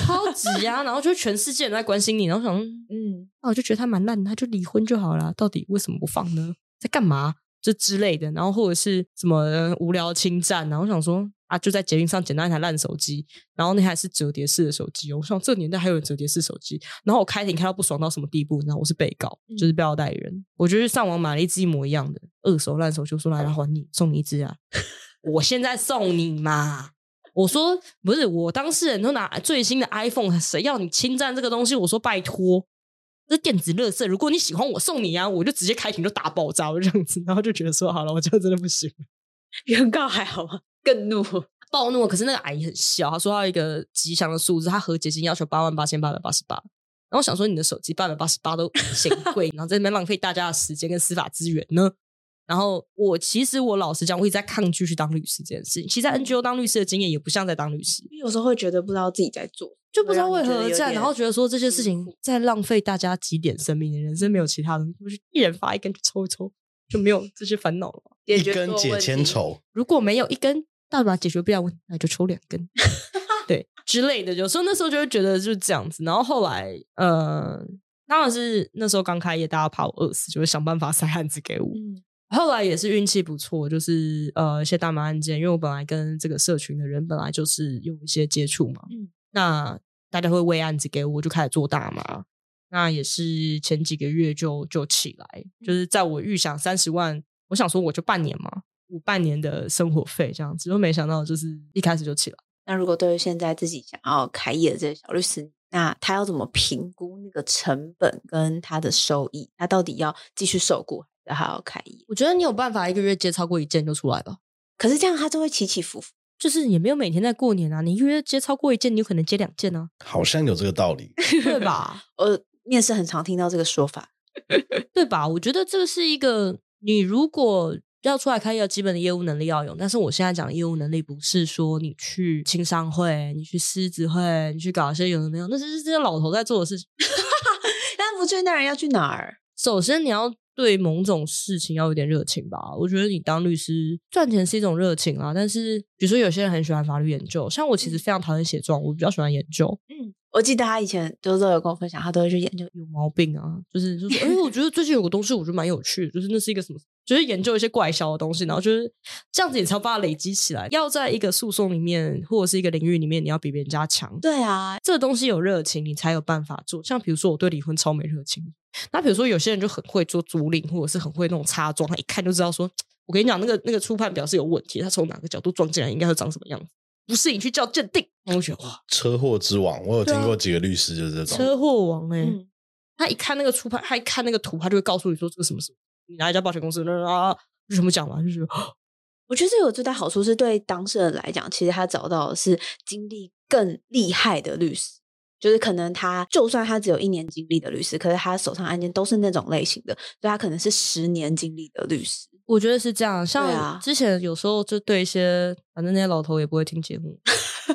S1: 超级啊！然后就全世界人都在关心你，然后想，嗯
S3: 嗯，
S1: 那我就觉得他蛮烂的，他就离婚就好啦，到底为什么不放呢？在干嘛？这之类的，然后或者是什么呃无聊侵占，然后我想说啊，就在捷运上捡到一台烂手机，然后那台是折叠式的手机哦，我想这个年代还有人折叠式手机，然后我开庭开到不爽到什么地步，然后我是被告，
S3: 嗯
S1: 就是被告代理人，我就是上网买了一只一模一样的二手烂手机，我说来来还你，送你一只啊， 我现在送你嘛。我说不是，我当事人都拿最新的 iPhone，谁要你侵占这个东西？我说拜托，这电子垃圾，如果你喜欢，我送你啊！我就直接开庭就打爆炸，我就这样子，然后就觉得说好了，我就真的不行了。
S3: 原告还好吗？更怒，
S1: 暴怒。可是那个阿姨很笑，她说她有一个吉祥的数字，她和解金要求八万八千八百八十八。然后我想说你的手机八百八十八都嫌贵，然后在那边浪费大家的时间跟司法资源呢？然后我其实我老实讲，我一直在抗拒去当律师这件事情。其实在 NGO 当律师的经验也不像在当律师，
S3: 因为有时候会觉得不知道自己在做，
S1: 就不知道为何而
S3: 啊会让你觉得有
S1: 战，
S3: 点
S1: 然后觉得说这些事情在浪费大家几点生命，你人生没有其他的东西，我就一人发一根去抽一抽，就没有这些烦恼了。
S3: 解
S2: 一
S3: 决
S2: 根
S3: 所有
S2: 解
S3: 问
S2: 千
S3: 题，
S2: 愁，
S1: 如果没有一根大麻解决不了问题，那就抽两根， 对之类的。有时候那时候就会觉得就是这样子，然后后来呃，当然是那时候刚开业，大家怕我饿死，就会想办法塞案子给我。
S3: 嗯
S1: 后来也是运气不错，就是呃一些大麻案件，因为我本来跟这个社群的人本来就是有一些接触嘛，
S3: 嗯
S1: 那大家会喂案子给我，我就开始做大麻。那也是前几个月就就起来，就是在我预想三十万，我想说我就半年嘛，我半年的生活费这样子，就没想到就是一开始就起来。
S3: 那如果对于现在自己想要开业的这些小律师，那他要怎么评估那个成本跟他的收益？他到底要继续受雇，还是还要开业？
S1: 我觉得你有办法一个月接超过一件就出来吧，
S3: 可是这样他就会起起伏伏。
S1: 就是也没有每天在过年啊，你一个月接超过一件，你有可能接两件 啊，
S2: 好像有这个道理。
S1: 对吧？
S3: 呃，面试很常听到这个说法，
S1: 对吧？我觉得这个是一个，你如果要出来开业，基本的业务能力要有。但是我现在讲的业务能力，不是说你去青商会、你去狮子会、你去搞一些有的没有，那是这些老头在做的事情。
S3: 但不确定人要去哪儿。
S1: 首先，你要对某种事情要有点热情吧。我觉得你当律师赚钱是一种热情啊，但是比如说有些人很喜欢法律研究，像我其实非常讨厌写状，我比较喜欢研究。
S3: 嗯，我记得他以前就是都有跟我分享，他都会去研究。
S1: 有毛病啊，就是就说，哎、我觉得最近有个东西，我觉得蛮有趣的，就是那是一个什么，就是研究一些怪销的东西，然后就是这样子，你才把它累积起来。要在一个诉讼里面或者是一个领域里面，你要比别人家强，
S3: 对啊，
S1: 这个东西有热情，你才有办法做。像比如说，我对离婚超没热情，那比如说有些人就很会做租赁，或者是很会那种插装，他一看就知道说，我跟你讲，那个那个初判表是有问题，他从哪个角度装进来，应该会长什么样子。不是你去叫鉴定，然后我觉得哇，
S2: 车祸之王，我有听过几个律师就是这种，
S1: 车祸王哎、
S3: 嗯，
S1: 他一看那个出牌，他一看那个图，他就会告诉你说这个什么什么，你哪一家保险公司啊？就全部讲完，就是
S3: 我觉得这有最大好处是对当事人来讲，其实他找到的是经历更厉害的律师，就是可能他就算他只有一年经历的律师，可是他手上案件都是那种类型的，所以他可能是十年经历的律师。
S1: 我觉得是这样，
S3: 对啊
S1: 像之前有时候就对一些，反正那些老头也不会听节目，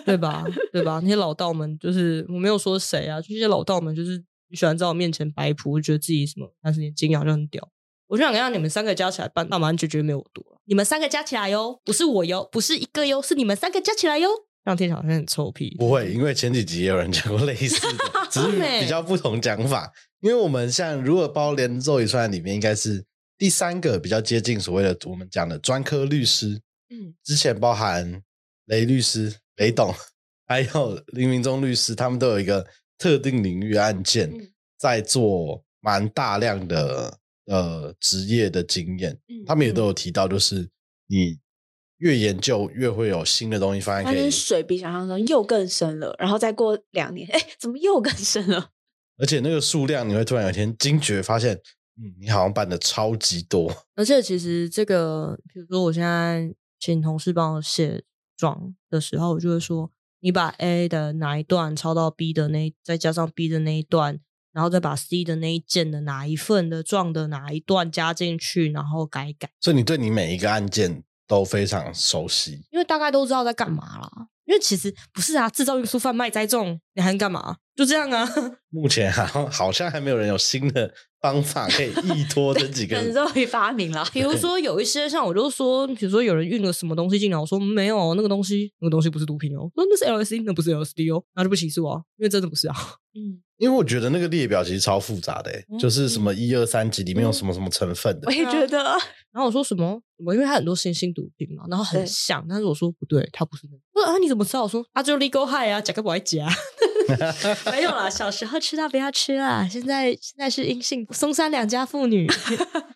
S1: 对吧？对吧？那些老道们就是我没有说谁啊，就一些老道们就是喜欢在我面前摆谱，就觉得自己什么三十年经验好像很屌。我就想让你们三个加起来办，大麻就绝对没有我多了。你们三个加起来哟，不是我哟，不是一个哟，是你们三个加起来哟。这样听起来好像很臭屁，
S2: 不会，因为前几集也有人讲过类似 的，只是比较不同讲法。因为我们像如果包连肉也算在里面，应该是第三个比较接近所谓的我们讲的专科律师。
S1: 嗯，
S2: 之前包含雷律师、雷董， 还有林明忠律师，他们都有一个特定领域案件，
S3: 嗯
S2: 在做蛮大量的呃职业的经验。
S3: 嗯
S2: 他们也都有提到，就是你越研究越会有新的东西发现，
S3: 发
S2: 可以
S3: 现水比想象中又更深了，然后再过两年，哎，怎么又更深了？
S2: 而且那个数量，你会突然有一天惊觉，发现，嗯，你好像办的超级多。
S1: 而且其实这个，比如说我现在请同事帮我写状的时候，我就会说，你把 A 的哪一段抄到 B 的那一，再加上 B 的那一段，然后再把 C 的那一件的哪一份的状的哪一段加进去，然后改一改，
S2: 所以你对你每一个案件都非常熟悉。
S1: 因为大概都知道在干嘛啦。因为其实不是啊，制造、运输、贩卖、栽种，你还能干嘛？就这样啊。
S2: 目前好像好像还没有人有新的方法可以依托这几
S3: 人
S2: 个。
S3: 肉被发明 了，
S1: 比如说有一些像我就说，比如说有人运了什么东西进来，我说没有那个东西，那个东西不是毒品哦，我说那是 LSD，那不是 LSD 哦，那就不起诉啊，因为真的不是啊。
S3: 嗯，
S2: 因为我觉得那个列表其实超复杂的、欸
S1: 嗯
S2: 就是什么一二三级里面有什么什么成分的
S3: 我，
S1: 啊
S3: 也觉得，啊
S1: 然后我说什么？我因为它很多新兴毒品嘛，然后很
S3: 对
S1: 像，但是我说不对，它不是那个。我说啊，你怎么知道？我说啊，就 legal high 啊， 甲个不爱夹。没有啦，小时候吃到不要吃啦，现在现在是阴性。松山两家妇 女，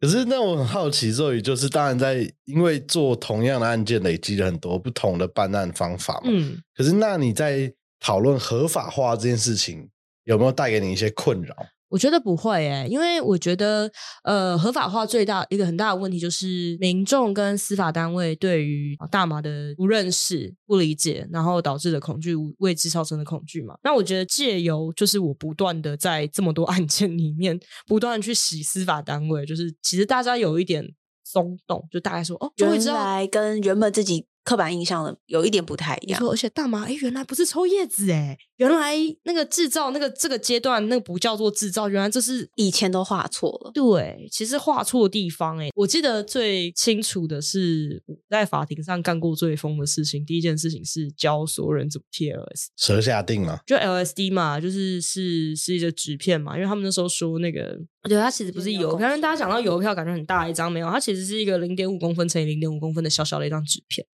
S2: 可是那我很好奇，肉宇就是当然在因为做同样的案件，累积了很多不同的办案方法嘛。
S1: 嗯，
S2: 可是那你在讨论合法化这件事情，有没有带给你一些困扰？
S1: 我觉得不会诶、因为我觉得呃，合法化最大一个很大的问题就是民众跟司法单位对于啊大麻的不认识、不理解，然后导致的恐惧、无未知造成的恐惧嘛。那我觉得借由就是我不断的在这么多案件里面不断地去洗司法单位，就是其实大家有一点松动，就大概说哦，终于
S3: 原
S1: 知道。
S3: 来跟原本自己刻板印象的有一点不太一
S1: 你
S3: 样。
S1: 说，而且大麻，哎，原来不是抽叶子，哎，原来那个制造那个这个阶段，那个不叫做制造，原来这是
S3: 以前都画错了，
S1: 对，其实画错地方哎、欸，我记得最清楚的是我在法庭上干过最疯的事情。第一件事情是教所有人怎么贴 LSD，
S2: 舌下定了。
S1: 就 LSD 嘛，就是是是一个纸片嘛，因为他们那时候说那个，对，它其实不是邮票，因为大家讲到邮票感觉很大一张，没有，它其实是一个零点五公分乘以零点五公分的小小的一张纸片。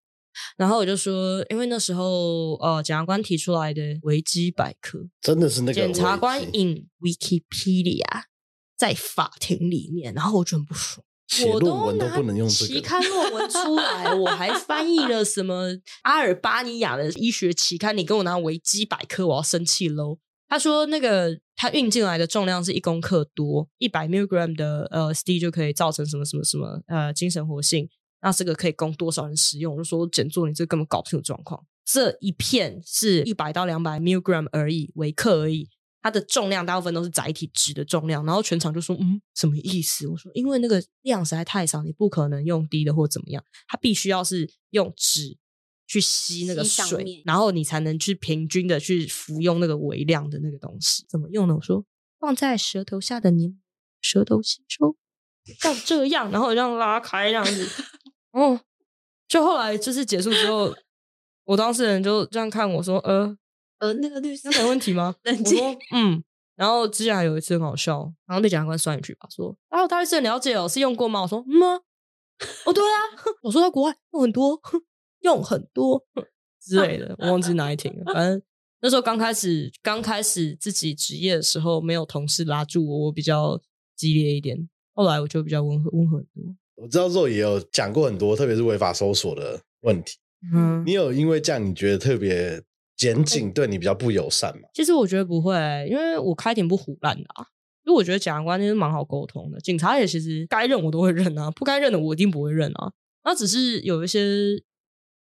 S1: 然后我就说，因为那时候呃，检察官提出来的维基百科，
S2: 真的是那个
S1: 检察官
S2: 危机
S1: in Wikipedia 在法庭里面，然后我就很不爽。
S2: 写
S1: 我
S2: 论文都
S1: 拿
S2: 不能用这
S1: 期
S2: 个，
S1: 刊论文出来，我还翻译了什么阿尔巴尼亚的医学期刊，你给我拿维基百科，我要生气喽！他说那个他运进来的重量是一公克多，一百 milligram 的呃 SD 就可以造成什么什么什么呃精神活性，那这个可以供多少人使用？我就说简作，你这根本搞不清楚状况。这一片是一百到两百 milligram 而已，微克而已。它的重量大部分都是载体值的重量，然后全场就说：“嗯，什么意思？”我说：“因为那个量实在太少，你不可能用低的或怎么样，它必须要是用纸去吸那个
S3: 吸上
S1: 水
S3: 面，
S1: 然后你才能去平均的去服用那个微量的那个东西。怎么用呢？”我说：“放在舌头下的黏舌头吸收，像这样，然后这样拉开这样子。 哦，就后来就是结束之后，我当事人就这样看我说：“呃，
S3: 呃，那个律师
S1: 那没问题吗？
S3: 冷
S1: 我
S3: 静
S1: 说嗯。然后之前还有一次很好笑，然后被检察官酸一句吧，说：“啊，我大律师很了解哦，是用过吗？”我说：“嗯啊， 哦对啊， 我说在国外用很多， 用很多之类的，我忘记哪一庭了。反正那时候刚开始，刚开始自己职业的时候，没有同事拉住我，我比较激烈一点。后来我就比较温和，温和很多。
S2: 我知道肉也有讲过很多，特别是违法搜索的问题。
S1: 嗯，
S2: 你有因为这样你觉得特别检警对你比较不友善吗？
S1: 其实我觉得不会、欸因为我开庭不胡乱的啊。因为我觉得检察官就是蛮好沟通的，警察也其实该认我都会认啊，不该认的我一定不会认啊。那只是有一些，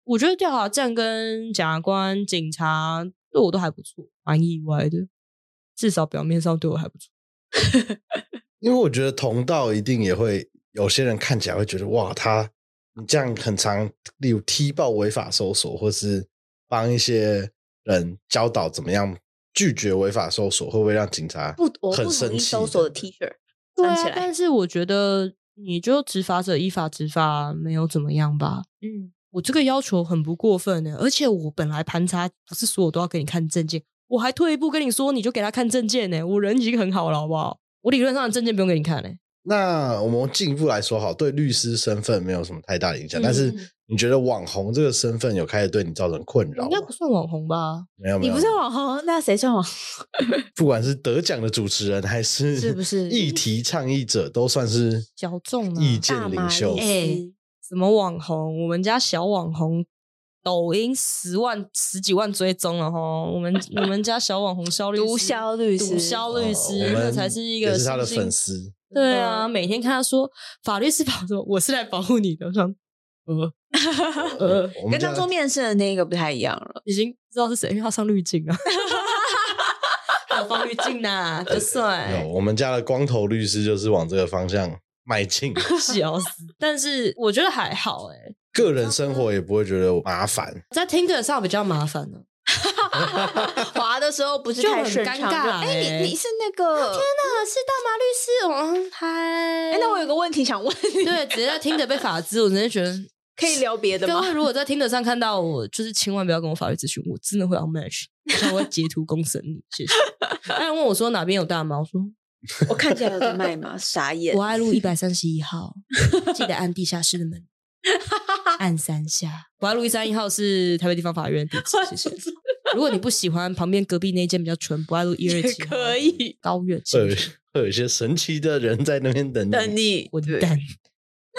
S1: 我觉得调查站跟检察官、警察对我都还不错，蛮意外的，至少表面上对我还不错。
S2: 因为我觉得同道一定也会有些人看起来会觉得哇，他你这样很常，例如踢爆违法搜索，或是帮一些人教导怎么样拒绝违法搜索，会不会让警察
S3: 不，我
S2: 很
S3: 不同
S2: 生
S3: 意
S2: 气？
S3: 搜索的 T 恤
S1: 对
S3: 穿
S1: 啊
S3: 起，来。
S1: 但是我觉得你就执法者依法执法，没有怎么样吧。
S3: 嗯，
S1: 我这个要求很不过分欸呢，而且我本来盘查不是所有都要给你看证件，我还退一步跟你说，你就给他看证件呢。我人已经很好了，好不好？我理论上的证件不用给你看呢。欸
S2: 那我们进一步来说好，对律师身份没有什么太大的影响，
S1: 嗯
S2: 但
S1: 嗯
S2: 是你觉得网红这个身份有开始对你造成困
S1: 我
S2: 扰
S1: 应
S2: 吗
S1: 该？不算网红吧？
S2: 没有没
S3: 你
S2: 有
S3: 不，是网红，那谁算网？
S2: 不管是得奖的主持人还是
S3: 是不是
S2: 议题倡议者，都算是
S1: 小众啊
S2: 意
S3: 大
S2: 见
S3: 麻
S2: 领袖
S3: 律。
S1: 哎
S3: 师
S1: 什么网红？我们家小网红，抖音十万十几万追踪了哈。我们我们家小网红肖律师，
S3: 毒枭律师
S1: 毒枭律师，
S2: 哦我
S1: 那
S2: 们
S1: 才是一
S2: 也
S1: 个
S2: 是他的
S1: 新兴
S2: 粉。丝，
S1: 对啊，每天看他说法律是保说，我是来保护你的，我想呃呃，
S2: 我们
S3: 跟
S2: 家
S3: 当初面试的那个不太一样了。
S1: 已经知道是谁，因为他上滤镜 啊，还有放滤镜呐， 就
S2: 有
S1: 算
S2: 我们家的光头律师就是往这个方向迈进，
S1: 笑死。但是我觉得还好哎、
S2: 个人生活也不会觉得麻烦。
S1: 在 Tinder 上比较麻烦 呢、
S3: 滑的时候不是
S1: 就
S3: 太
S1: 很
S3: 顺
S1: 尴
S3: 畅，
S1: 尬
S3: 哎、啊
S1: 欸
S3: 你你是那个？
S1: 那是大麻律师，我哦嗨
S3: 哎、 那我有个问题想问你，
S1: 对，直接在听着被法治，我真的觉得。
S3: 可以聊别的
S1: 各
S3: 吗？
S1: 位如果在听着上看到我，就是千万不要跟我法律咨询，我真的会 unmatch，像我会截图公审你，谢谢。他人问我说哪边有大麻，我 说
S3: 我看起来有在卖吗？ 傻眼
S1: 我！爱路一百三十一号，记得按地下室的门，按三 下。我爱路一三一号是台北地方法院的地址，谢谢。如果你不喜欢旁边隔壁那间比较纯，不爱路一二七
S3: 可以
S1: 高院
S2: 会有
S1: 新竹
S2: 会有一些神奇的人在那边等你。
S3: 等你
S1: 混
S3: 对
S1: 蛋。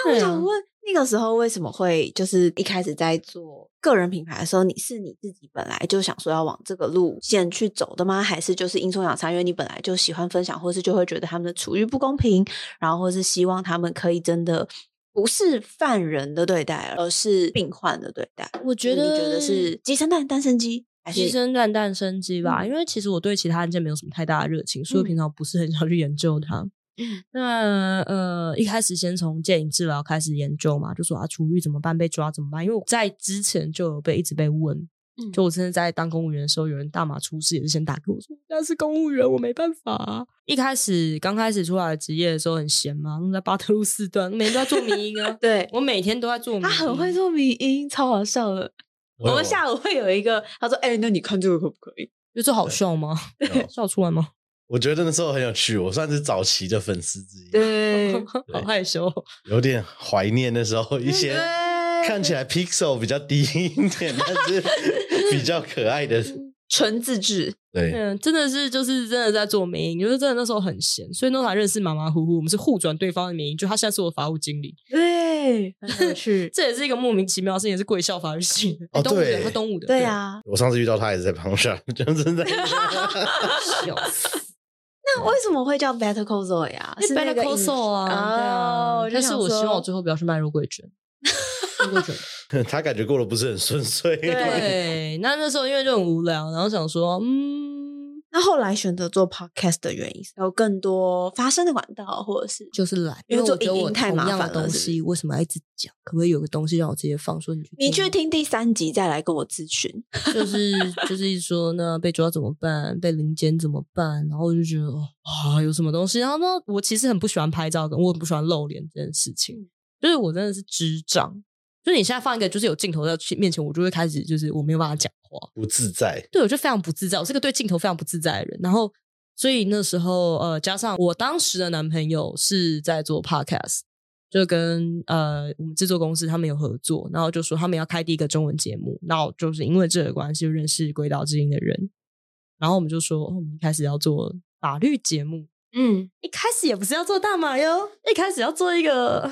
S3: 那我
S1: 对啊
S3: 想问，那个时候为什么会就是一开始在做个人品牌的时候，你是你自己本来就想说要往这个路线去走的吗？还是就是阴错阳差，因为你本来就喜欢分享，或是就会觉得他们的处遇不公平，然后或是希望他们可以真的不是犯人的对待，而是病患的对待？
S1: 我觉得
S3: 你觉得是鸡生蛋，蛋生鸡，还是
S1: 鸡生蛋，蛋生鸡吧。
S3: 嗯
S1: 因为其实我对其他案件没有什么太大的热情，所以我平常不是很想去研究它。
S3: 嗯
S1: 那呃，一开始先从戒瘾治疗开始研究嘛，就说啊，出狱怎么办？被抓怎么办？因为我在之前就有被一直被问，
S3: 嗯，
S1: 就我真的在当公务员的时候，有人大马出事也是先打给我说，但是公务员我没办法、啊。一开始刚开始出来职业的时候很闲嘛，嗯在巴特路四段，每天都在做迷音啊
S3: 对嗯
S1: 我每天都在做迷
S3: 他
S1: 音，
S3: 很会做迷音，超好笑的。我们
S2: 午
S3: 下午会有一个，他说：“哎、那你看这个可不可以
S1: 就这好笑吗？笑出来吗？
S2: 我觉得那时候很有趣，我算是早期的粉丝之？”一，
S3: 对，
S1: 好害羞哦。
S2: 有点怀念那时候一些
S3: 对
S2: 看起来 pixel 比较低一点，但是比较可爱 的。
S3: 纯自制，
S2: 对，
S1: 嗯，真的是就是真的在做美影，就是真的那时候很闲，所以那时候还认识马马虎虎，我们是互转对方的美影，就他现在是我的法务经理，
S3: 对，很有
S1: 。
S3: 趣
S1: 这也是一个莫名其妙的事情，也是贵校法律系的，
S2: 哦
S1: 东武的，
S2: 对
S1: 他东武的，
S3: 对，啊，
S2: 我上次遇到他也是在旁边，就是 在
S1: 啊笑死，
S3: 那为什么会叫 Better Call Saul 呀？是
S1: 是 b e
S3: 那
S1: t
S3: 个
S1: t 啊，
S3: 哦
S1: 对啊，但是我
S3: 就想说
S1: 希望我最后不要去卖肉桂 卷，肉桂卷。
S2: 他感觉过得不是很顺遂。
S1: 对，那那时候因为就很无聊，然后想说，嗯，
S3: 那后来选择做 podcast 的原因，有更多发声的管道，或者是
S1: 就是懒，
S3: 因为
S1: 为我
S3: 做
S1: 觉得
S3: 影音
S1: 我
S3: 太
S1: 同
S3: 麻
S1: 样的
S3: 烦了
S1: 东
S3: 是不
S1: 西为什么要一直讲？可不可以有个东西让我直接放？说你去，
S3: 你去听第三集再来跟我咨询。
S1: 就是就是说呢，被抓怎么办？被临检怎么办？然后我就觉得哦啊，有什么东西？然后呢，我其实很不喜欢拍照，跟我很不喜欢露脸这件事情，就是我真的是智障。就是你现在放一个就是有镜头在面前，我就会开始就是我没有办法讲话，
S2: 不自在，
S1: 对我就非常不自在，我是个对镜头非常不自在的人。然后所以那时候呃，加上我当时的男朋友是在做 podcast。就跟呃我们制作公司他们有合作，然后就说他们要开第一个中文节目，然后就是因为这个关系就认识鬼岛之音的人，然后我们就说、哦我们一开始要做法律节目，
S3: 嗯，
S1: 一开始也不是要做大马哟，一开始要做一个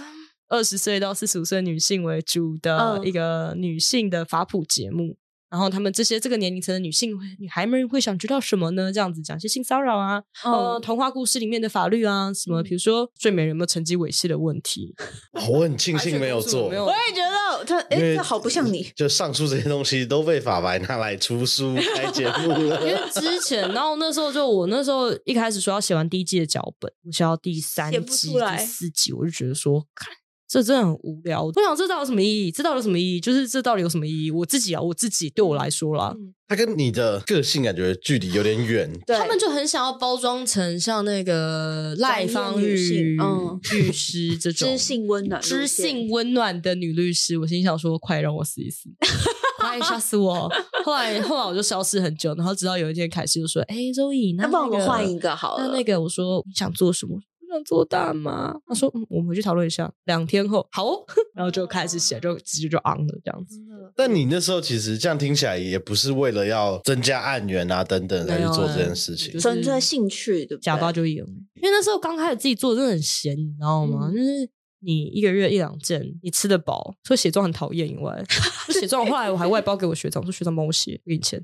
S1: 二十岁到四十五岁女性为主的
S3: 嗯
S1: 一个女性的法普节目。然后他们这些这个年龄层的女性女孩们会想知道什么呢？这样子讲一些性骚扰啊，呃，
S3: 哦，
S1: 童话故事里面的法律啊，什么
S3: 嗯
S1: 比如说睡美人有没有成绩猥亵的问题，
S2: 哦我很庆幸没有做。
S1: 没有
S3: 我也觉得有他，哎、
S2: 因为
S3: 这好不像 你。
S2: 就上述这些东西都被法白拿来出书、开节目
S1: 因为
S2: 了。
S1: 之前，然后那时候就我那时候一开始说要写完第一季的脚本，我写到第三
S3: 写不
S1: 季、
S3: 出来
S1: 第四季，我就觉得说，看这真的很无聊。我想这到底有什么意义？这到底有什么意义？就是这到底有什么意义？我自己啊，我自己对我来说啦，
S2: 他跟你的个性感觉距离有点远，
S3: 对，
S1: 他们就很想要包装成像那个赖芳
S3: 专业女
S1: 玉
S3: 性、嗯
S1: 律师这种
S3: 知性温暖路线，
S1: 知性温暖的女律师，我心想说，快让我死一死， 快吓死我！后来后来我就消失很久，然后直到有一天凯西就说：“哎、周颖，那
S3: 那不然我
S1: 个
S3: 们换一个好
S1: 那
S3: 了。
S1: 那个我说你想做什么？我想做大妈。他说嗯，我们回去讨论一下。两天后，好、哦， 嗯然后就开始写，就直接就 on 了这样子。
S2: 但你那时候其实这样听起来也不是为了要增加案源啊等等才去做这件事情
S1: 没有啊就，是
S3: 纯粹兴趣，对不对？
S1: 假巴就赢，因为那时候刚开始自己做真的很闲，你知道吗？
S3: 嗯
S1: 就是你一个月一两件，你吃得饱，除了写作很讨厌以 外，就写作后来我还外包给我学长，我说学长帮我写，给你钱。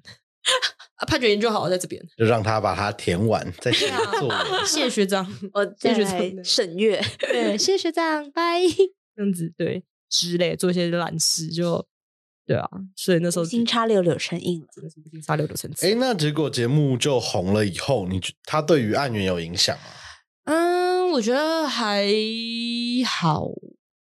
S1: 啊，判决研究好在这边，
S2: 就让他把它填完再写
S1: 啊
S2: 作文。
S1: 谢谢学 长，
S3: 我再
S1: 谢谢长辈
S3: 来审阅。
S1: 对，谢谢学长，拜， 这样子对之类做一些烂事就对啊，所以那时候
S3: 无心插柳柳成荫了。
S1: 真的是无心插柳柳成
S2: 哎
S1: 枝。，
S2: 那结果节目就红了以后，你觉他对于案源有影响吗？
S1: 嗯，我觉得还好，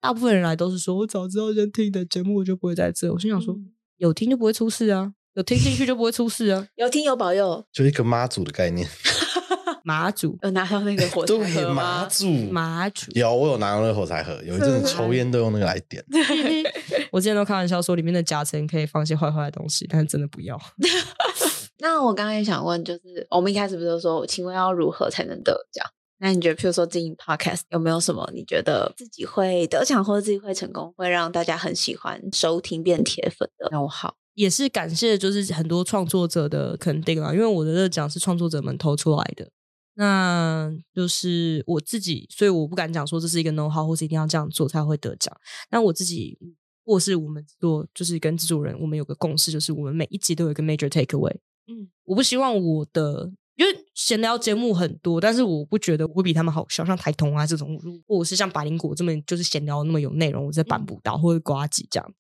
S1: 大部分人来都是说，我早知道人听你的节目，我就不会在这。我心想说，
S3: 嗯
S1: 有听就不会出事啊，有听进去就不会出事啊。
S3: 有听有保佑，
S2: 就一个妈祖的概念，
S1: 马祖，
S3: 有呃拿到那个火 柴
S2: 对，
S3: 盒
S2: 妈
S3: 吗？
S2: 祖，
S1: 马 祖，
S2: 有我有拿到那个火柴盒，有一阵子抽烟都用那个来点。
S1: 我之前都开玩笑说，里面的夹层可以放一些坏坏的东西，但是真的不要。
S3: 那我刚刚也想问，就是我们一开始不是说，请问要如何才能得奖？那你觉得，譬如说经营 podcast 有没有什么你觉得自己会得奖或者自己会成功，会让大家很喜欢收听变铁粉的那我好，
S1: 也是感谢，就是很多创作者的肯定啊，因为我的这奖是创作者们投出来的，那就是我自己，所以我不敢讲说这是一个 no 号，或是一定要这样做才会得奖。那我自己，或是我们做，就是跟制作人，我们有个共识，就是我们每一集都有一个 major takeaway。嗯，我不希望我的，因为闲聊节目很多，但是我不觉得我会比他们好笑，像台通啊这种，如果我是像百灵果这么就是闲聊那么有内容，我
S3: 嗯
S1: 在办不到，或者瓜几这样。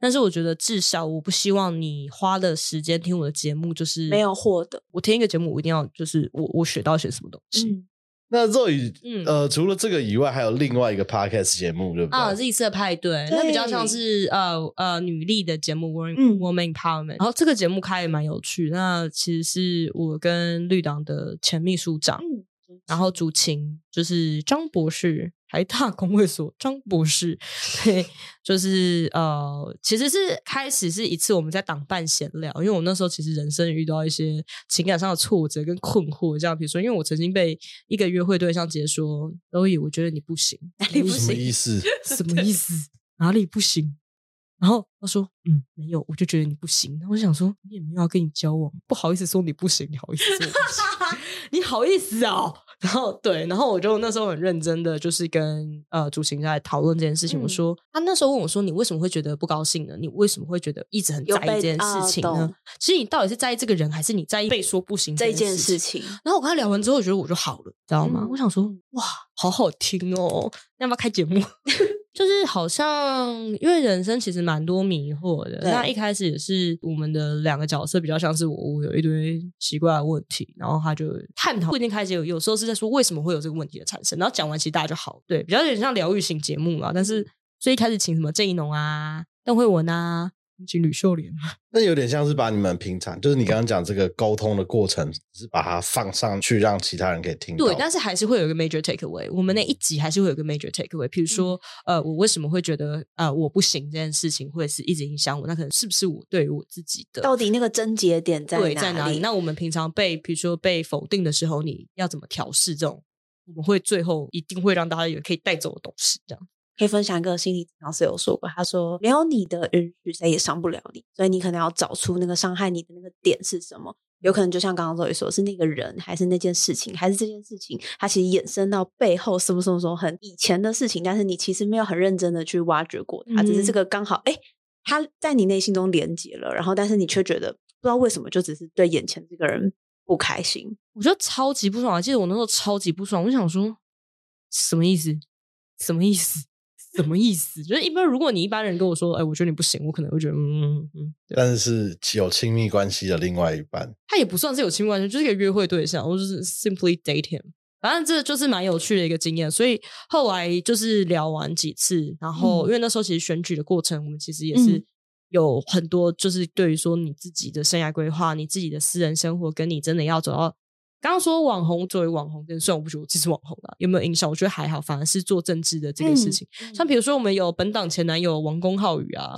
S1: 但是我觉得至少我不希望你花的时间听我的节目，就是
S3: 没有获得
S1: 我听一个节目，我一定要就是我我学到些什么东西。
S3: 嗯，
S2: 那肉宇，
S1: 嗯
S2: 呃，除了这个以外，还有另外一个 podcast 节目，对不对？
S1: 啊，这一次的派对，
S3: 嗯对
S1: 那比较像是呃呃女力的节目 Woman、
S3: 嗯
S1: Woman Empowerment，然后这个节目开也蛮有趣。那其实是我跟绿党的前秘书长，
S3: 嗯，
S1: 然后主琴就是张博士，台大工卫所张博 士，对，就是呃，其实是开始是一次我们在党办闲聊，因为我那时候其实人生遇到一些情感上的挫折跟困惑，这样比如说，因为我曾经被一个约会对象直接说，周易，我觉得你不行，
S3: 哪里不
S2: 什么
S3: 行？
S2: 意思？
S1: 什么意思？哪里不行？然后他说：“嗯，没有，我就觉得你不行。”然后我想说，你也没有要跟你交往，不好意思说你不行，你好意思说我不 行，你好意思哦。然后对，然后我就那时候很认真的，就是跟呃主持人在讨论这件事情。我
S3: 嗯
S1: 说，他那时候问我说，你为什么会觉得不高兴呢？你为什么会觉得一直很在
S3: 有
S1: 意这
S3: 被
S1: 件
S3: 啊
S1: 事情呢？
S3: 懂
S1: 其实你到底是在意这个人，还是你在意被说不行
S3: 这
S1: 件
S3: 件事？情，
S1: 然后我跟他聊完之后，我觉得我就好了，知道吗？
S3: 嗯
S1: 我想说，哇，好好听哦，那要不要开节目？ 就是好像因为人生其实蛮多迷惑的。
S3: 对
S1: 那一开始也是我们的两个角色比较像是我，我有一堆奇怪的问题，然后他就探讨，不一定开解我，有时候是在说为什么会有这个问题的产生，然后讲完其实大家就好，对，比较有点像疗愈型节目嘛。但是所以一开始请什么郑一农啊、邓慧文啊、请吕秀莲啊，
S2: 那有点像是把你们平常，就是你刚刚讲这个沟通的过程，只是把它放上去，让其他人可以听到。
S1: 对，但是还是会有一个 major takeaway。我们那一集还是会有一个 major takeaway，譬如说，呃，我为什么会觉得呃我不行这件事情，会是一直影响我？那可能是不是我对于我自己的
S3: 到底那个症结点在
S1: 对在哪
S3: 里？
S1: 那我们平常被比如说被否定的时候，你要怎么调试这种？我们会最后一定会让大家有可以带走的东西，这样
S3: 可以分享一个心理治疗师有说过，他说没有你的允许，谁也伤不了你，所以你可能要找出那个伤害你的那个点是什么。有可能就像刚刚周宇说，是那个人，还是那件事情，还是这件事情，它其实衍生到背后什么什么什么很以前的事情，但是你其实没有很认真的去挖掘过它，只是
S1: 嗯
S3: 这个刚好哎，诶它在你内心中连接了，然后但是你却觉得不知道为什么，就只是对眼前这个人不开心，
S1: 我觉得超级不爽。我记得我那时候超级不爽，我就想说什么意思？什么意思？ 什么意思？就是一般如果你一般人跟我说，哎，我觉得你不行，我可能会觉得，嗯嗯嗯，对。
S2: 但是有亲密关系的另外一半，
S1: 他也不算是有亲密关系，就是一个约会对象，我就是 simply date him。反正这就是蛮有趣的一个经验，所以后来就是聊完几次，然后、
S3: 嗯
S1: 因为那时候其实选举的过程，我们其实也是
S3: 嗯
S1: 有很多就是对于说你自己的生涯规划、你自己的私人生活，跟你真的要走到刚刚说网红作为网红，虽然我不觉得我自己是网红了，有没有影响？我觉得还好，反而是做政治的这
S3: 嗯
S1: 个事情，像比如说我们有本党前男友王公浩宇 啊，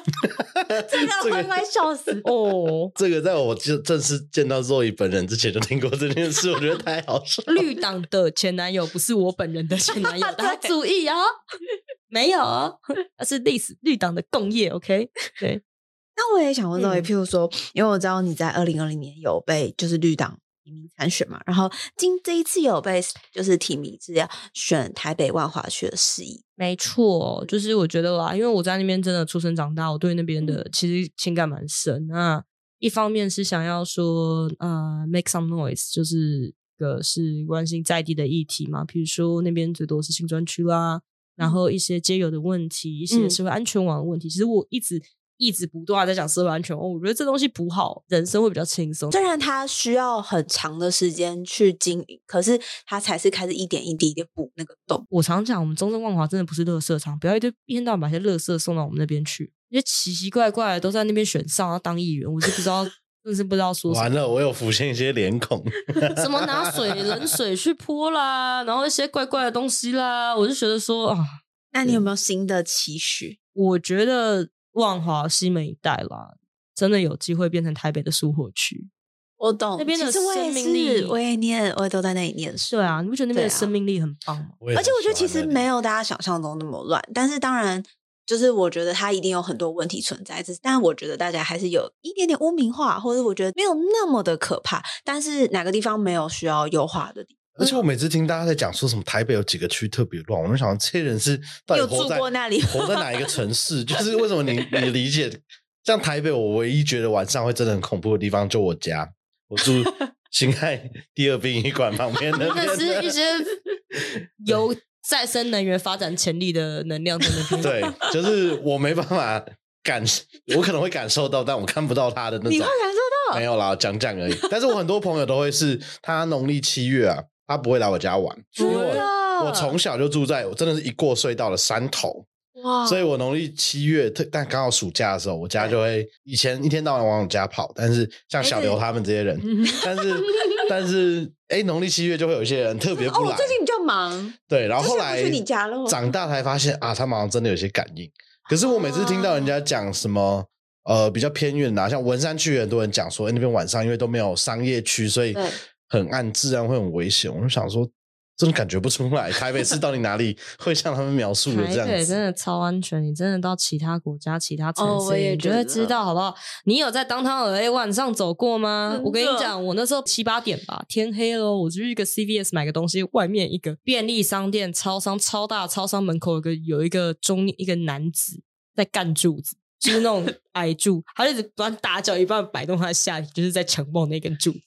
S3: 这个会快笑死。
S1: 哦，
S2: 这个在我正正式见到 Zoe 本人之前就听过这件事，我觉得太好笑。
S1: 绿党的前男友不是我本人的前男友，大家注意哦， 没有哦， 而是历史绿党的共业，OK？对，
S3: 那我也想问到，
S1: 嗯
S3: 譬如说，因为我知道你在二零二零年有被就是绿党提名参选嘛，然后今这一次有被就是提名是要选台北万华区的市议，
S1: 没错，就是我觉得啦，因为我在那边真的出生长大，我对那边的其实情感蛮深。那一方面是想要说，呃，make some noise，就是一个是关心在地的议题嘛，比如说那边最多是新专区啦，然后一些街友的问题，一些
S3: 嗯
S1: 社会安全网的问题。其实我一直一直不断地在讲社会安全网，我觉得这东西补好，人生会比较轻松。
S3: 虽然它需要很长的时间去经营，可是它才是开始一点一滴的补那个洞。
S1: 我常讲，我们中正万华真的不是垃圾场，不要一堆一天到晚把一些垃圾送到我们那边去，因为奇奇怪怪的都在那边选上要当议员，我就不知道，真的是不知道说什
S2: 完
S1: 么。
S2: 了，我有浮现一些脸孔。
S1: 怎么拿水冷水去泼啦，然后一些怪怪的东西啦，我就觉得说啊，
S3: 那你有没有新的期许？
S1: 我觉得万华西门一带啦，真的有机会变成台北的苏活区。
S3: 我懂
S1: 那边的
S3: 其实我也
S1: 生命力
S3: 是，我也念，我也都在那里念书。
S1: 对啊，你不觉得那边的
S3: 对啊
S1: 生命力很棒 吗？
S2: 我也
S3: 而且
S2: 很
S3: 我觉得
S2: 喜欢
S3: 其实
S2: 那里
S3: 没有大家想象中那么乱，但是当然就是我觉得它一定有很多问题存在，只是但我觉得大家还是有一点点污名化，或者我觉得没有那么的可怕，但是哪个地方没有需要优化的地
S2: 而且我每次听大家在讲说什么台北有几个区特别乱，我就想这些人是到底
S3: 你有
S2: 活
S3: 住
S2: 在
S3: 过那里吗
S2: 活在哪一个城市？ 就是为什么你你理解像台北，我唯一觉得晚上会真的很恐怖的地方就我家，我住 新海第二殡仪馆旁边那边
S1: 那
S2: 的，
S1: 是 一些有再生能源发展潜力的能量在那边。
S2: 对，就是我没办法感，我可能会感受到，但我看不到他的那种。
S3: 方？你会感受到
S2: 没有啦，讲讲而已。但是我很多朋友都会是，他农历七月啊，他不会来我家玩，因为
S1: 真
S2: 我
S3: 嗯
S2: 我从小就住在我真的是一过隧道的山头，
S3: 哇
S2: 所以我农历七月特但刚好暑假的时候，我家就会以前一天到晚往我家跑，但是像小刘他们这些人，
S1: 嗯
S2: 但是但是哎，农历七月就会有一些人特别
S3: 哦，
S2: 不
S3: 我
S2: 来，
S3: 最近比较忙，
S2: 对，然后后
S3: 就
S2: 来
S3: 是不去你家了
S2: 长大才发现啊，他们好像真的有些感应。可是我每次听到
S3: 哦
S2: 人家讲什么。呃，比较偏远的、啊，像文山区，很多人讲说，哎、那边晚上因为都没有商业区，所以
S3: 对
S2: 很暗，治安会很危险。我就想说，真的感觉不出来，台北市到底哪里 会像他们描述的
S1: 台
S2: 这样
S1: 北真
S2: 子？
S1: 的超安全，你真的到其他国家、其他城
S3: 哦
S1: 市，
S3: 我也
S1: 你就
S3: 觉
S1: 会
S3: 得
S1: 知道好不好？你有在当汤 LA 晚上走过吗
S3: 真？的
S1: 我跟你讲，我那时候七八点吧，天黑了，我去一个 CVS 买个东西，外面一个便利商店、超商、超大超商门口有个有一个中年一个男子在干柱子。就是 那种矮柱，他就一直不断打脚，一半摆动他的下体，就是在强暴那根柱子。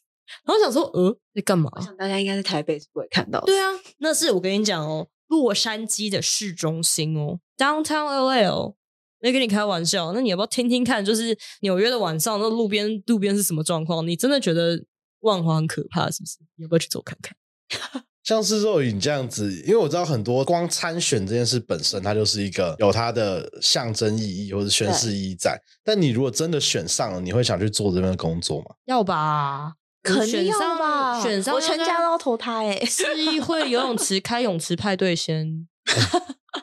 S1: 然后我想说，呃，在干嘛？
S3: 我想大家应该在台北是不会看到的。
S1: 对啊，那是我跟你讲哦，洛杉矶的市中心哦，Downtown LA 哦，没跟你开玩笑。那你要不要听听看，就是纽约的晚上，那路边路边是什么状况？你真的觉得万华很可怕，是不是？你要不要去走看看？
S2: 像是肉影这样子，因为我知道很多光参选这件事本身，它就是一个有它的象征意义或者宣誓意义在。但你如果真的选上了，你会想去做这边的工作吗？
S1: 要吧，
S3: 肯定
S1: 选
S3: 要
S1: 上
S3: 吧
S1: 选上
S2: 啊
S3: 我全家都要投他欸
S1: 市议会游泳池开泳池派对先，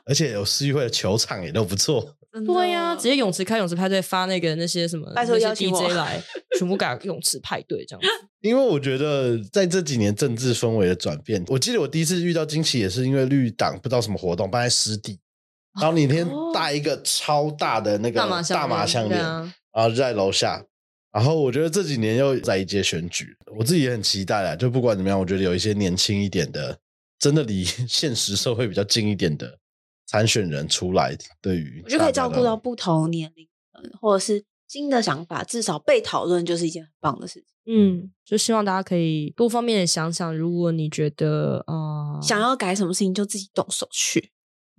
S2: 而且有市议会的球场也都不错。
S3: 真 的
S1: 对啊呀、直接泳池开泳池派对发那个那些什么
S3: 拜托
S1: 那些
S3: 邀请我
S1: DJ 来，全部改泳池派对这样子。
S2: 因为我觉得在这几年政治氛围的转变，我记得我第一次遇到惊奇也是因为绿党不知道什么活动办在湿地，
S3: 哦
S2: 然后你那天带一个超大的那 个
S1: 大麻项
S2: 大麻
S1: 链
S2: 项
S1: 对
S2: 链，
S1: 啊
S2: 然后就在楼下。然后我觉得这几年又在一届选举，我自己也很期待啦。就不管怎么样，我觉得有一些年轻一点的，真的离 现实社会比较近一点的参选人出来，对于
S3: 我觉得可
S2: 大
S3: 以
S2: 家
S3: 照
S2: 的
S3: 顾到不同年龄层，或者是新的想法，至少被讨论就是一件很棒的事情。
S1: 嗯，就希望大家可以多方面的想想，如果你觉得啊、呃
S3: 想要改什么事情就自己动手去。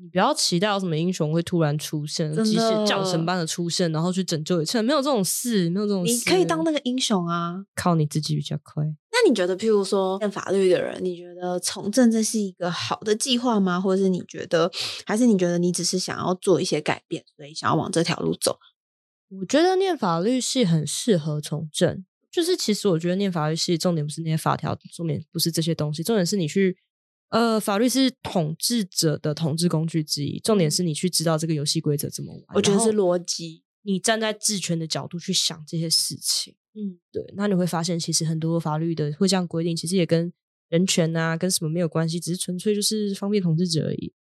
S1: 你不要期待有什么英雄会突然出现，
S3: 真的
S1: 即使降神般的出现，然后去拯救一切，没有这种事，没有这种事。
S3: 你可以当那个英雄啊。
S1: 靠你自己比较快。
S3: 那你觉得，譬如说念法律的人，你觉得从政这是一个好的计划吗？或者是你觉得，还是你觉得你只是想要做一些改变，所以想要往这条路走？
S1: 我觉得念法律系很适合从政，就是其实我觉得念法律系重点不是那些法条，重点不是这些东西，重点是你去呃，法律是统治者的统治工具之一，重点是你去知道这个游戏规则怎么玩。
S3: 我觉得
S1: 哦然后
S3: 是逻辑。
S1: 你站在治权的角度去想这些事情，
S3: 嗯，
S1: 对，那你会发现其实很多法律的会这样规定，其实也跟人权啊跟什么没有关系，只是纯粹就是方便统治者而已。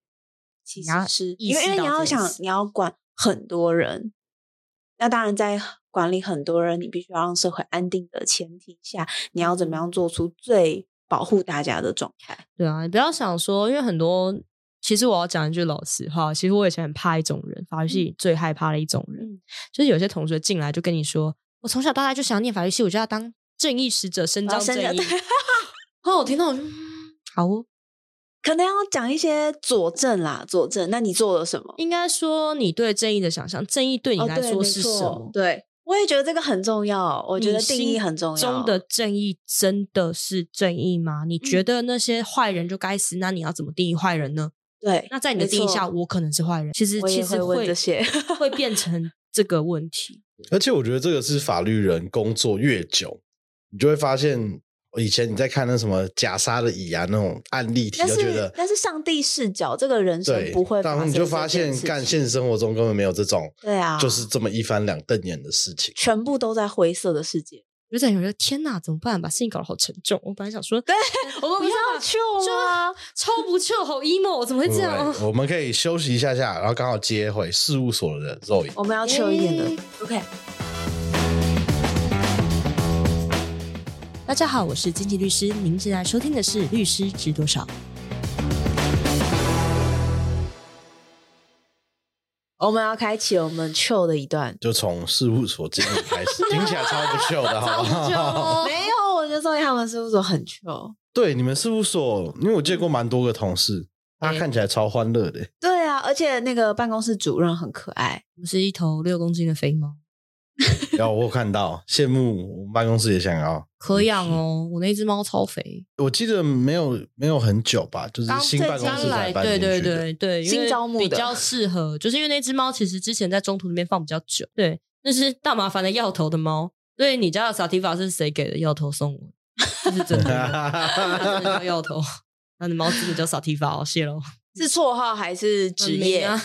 S3: 其实
S1: 你要
S3: 是
S1: 意
S3: 因为
S1: 识
S3: 因为
S1: 到
S3: 你
S1: 这
S3: 要
S1: 件
S3: 想
S1: 事
S3: 你要管很多人，那当然在管理很多人，你必须要让社会安定的前提下，你要
S1: 嗯
S3: 怎么样做出最保护大家的状态？
S1: 对啊，你不要想说，因为很多，其实我要讲一句老实话，其实我以前很怕一种人，法律系最害怕的一种人，
S3: 嗯
S1: 就是有些同学进来就跟你说，我从小到大就想要念法律系，我就要当正义使者，伸
S3: 我要
S1: 张
S3: 哦伸
S1: 正
S3: 张
S1: 义。
S3: 对
S1: 然
S3: 哦
S1: 后我听到我就、嗯、好哦，
S3: 可能要讲一些佐证啦，佐证。那你做了什么？
S1: 应该说你对正义的想象，正义对你
S3: 哦
S1: 来
S3: 对
S1: 说
S3: 没
S1: 是
S3: 错
S1: 什么？
S3: 对，我也觉得这个很重要。我觉
S1: 你
S3: 得定义
S1: 心
S3: 很重要。
S1: 中的正义真的是正义吗？你
S3: 嗯
S1: 觉得那些坏人就该死？那你要怎么定义坏人呢？
S3: 对，
S1: 那在你的
S3: 没
S1: 定义下，
S3: 错
S1: 我可能是坏人。其实
S3: 我也
S1: 其实
S3: 会问
S1: 会
S3: 这些
S1: 会 变成这个问题。
S2: 而且我觉得这个是法律人工作越久，你就会发现，以前你在看那什么假杀的乙啊那种案例题，
S3: 那
S2: 就觉得
S3: 是那是上帝视角，这个人生
S2: 对，
S3: 不会
S2: 然
S3: 发
S2: 后
S3: 生
S2: 你
S3: 这件事情。
S2: 就发现，干现实生活中根本没有这种，
S3: 对啊，
S2: 就是这么一翻两瞪眼的事 情。
S3: 全部都在灰色的世界。
S1: 我就在想说，天哪，怎么办？把事情搞得好沉重。我本来想说，对我们 不
S3: 不要
S1: 是
S3: 救啊！
S1: 超不臭，好 emo，怎么会这
S3: 哦
S1: 样？
S2: 对我们可以休息一下下，然后刚好接回事务所的肉影。
S3: 我们要救一点的
S1: 耶。
S3: OK，
S1: 大家好，我是经济律师，您现在收听的是《律师值多少》。
S3: 我们要开启我们 chill 的一段。
S2: 就从事务所经理开 始，听起来超不秀的，好不
S1: 哦
S2: 好？
S3: 没有，我觉得宋一他们事务所很 chill。
S2: 对，你们事务所，因为我见过蛮多个同事，他
S3: 嗯
S2: 看起来超欢乐的。
S3: 对啊，而且那个办公室主任很可爱。
S1: 我是一头六公斤的肥猫，
S2: 然后我有看到，羡慕我们办公室也想要。
S1: 可养哦，我那只猫超肥。
S2: 我记得没有没有很久吧，就是
S1: 刚
S2: 新办公
S1: 刚
S2: 室
S1: 来，
S2: 才搬
S1: 对
S2: 进
S1: 对
S2: 去的。
S1: 对对，因为
S3: 新招募的
S1: 比较适合，就是因为那只猫其实之前在中途那边放比较久，对，那是大麻烦的药头的猫，所以你家的萨提法是谁给的药头送我？这是真 的， 它真的叫药头，那你猫真的叫萨提法哦，谢喽。
S3: 是绰号还是 职业？
S1: 啊，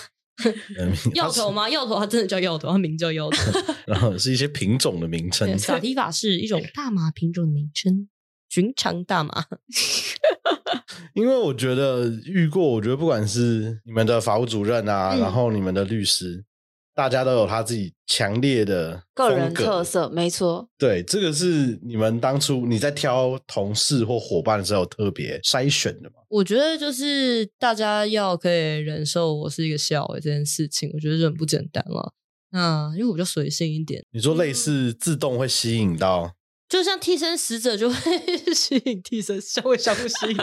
S1: 药头
S2: 吗？
S1: 吗？药头，它真的叫药头，它名叫药头。
S2: 然后是一些品种的名称
S1: 对，。萨提法是一种大麻品种的名称，寻常大麻。
S2: 因为我觉得遇过，我觉得不管是你们的法务主任啊，
S1: 嗯
S2: 然后你们的律师，大家都有他自己强烈的
S3: 个人
S2: 风格
S3: 特。色，没错。
S2: 对，这个是你们当初你在挑同事或伙伴的时候特别筛选的嘛？
S1: 我觉得就是大家要可以忍受我是一个笑诶这件事情，我觉得这很不简单了。那因为我就随性一点，
S2: 你说类似自动会吸引 到，
S1: 就像替身使者就会 吸引替身，稍微相互吸引，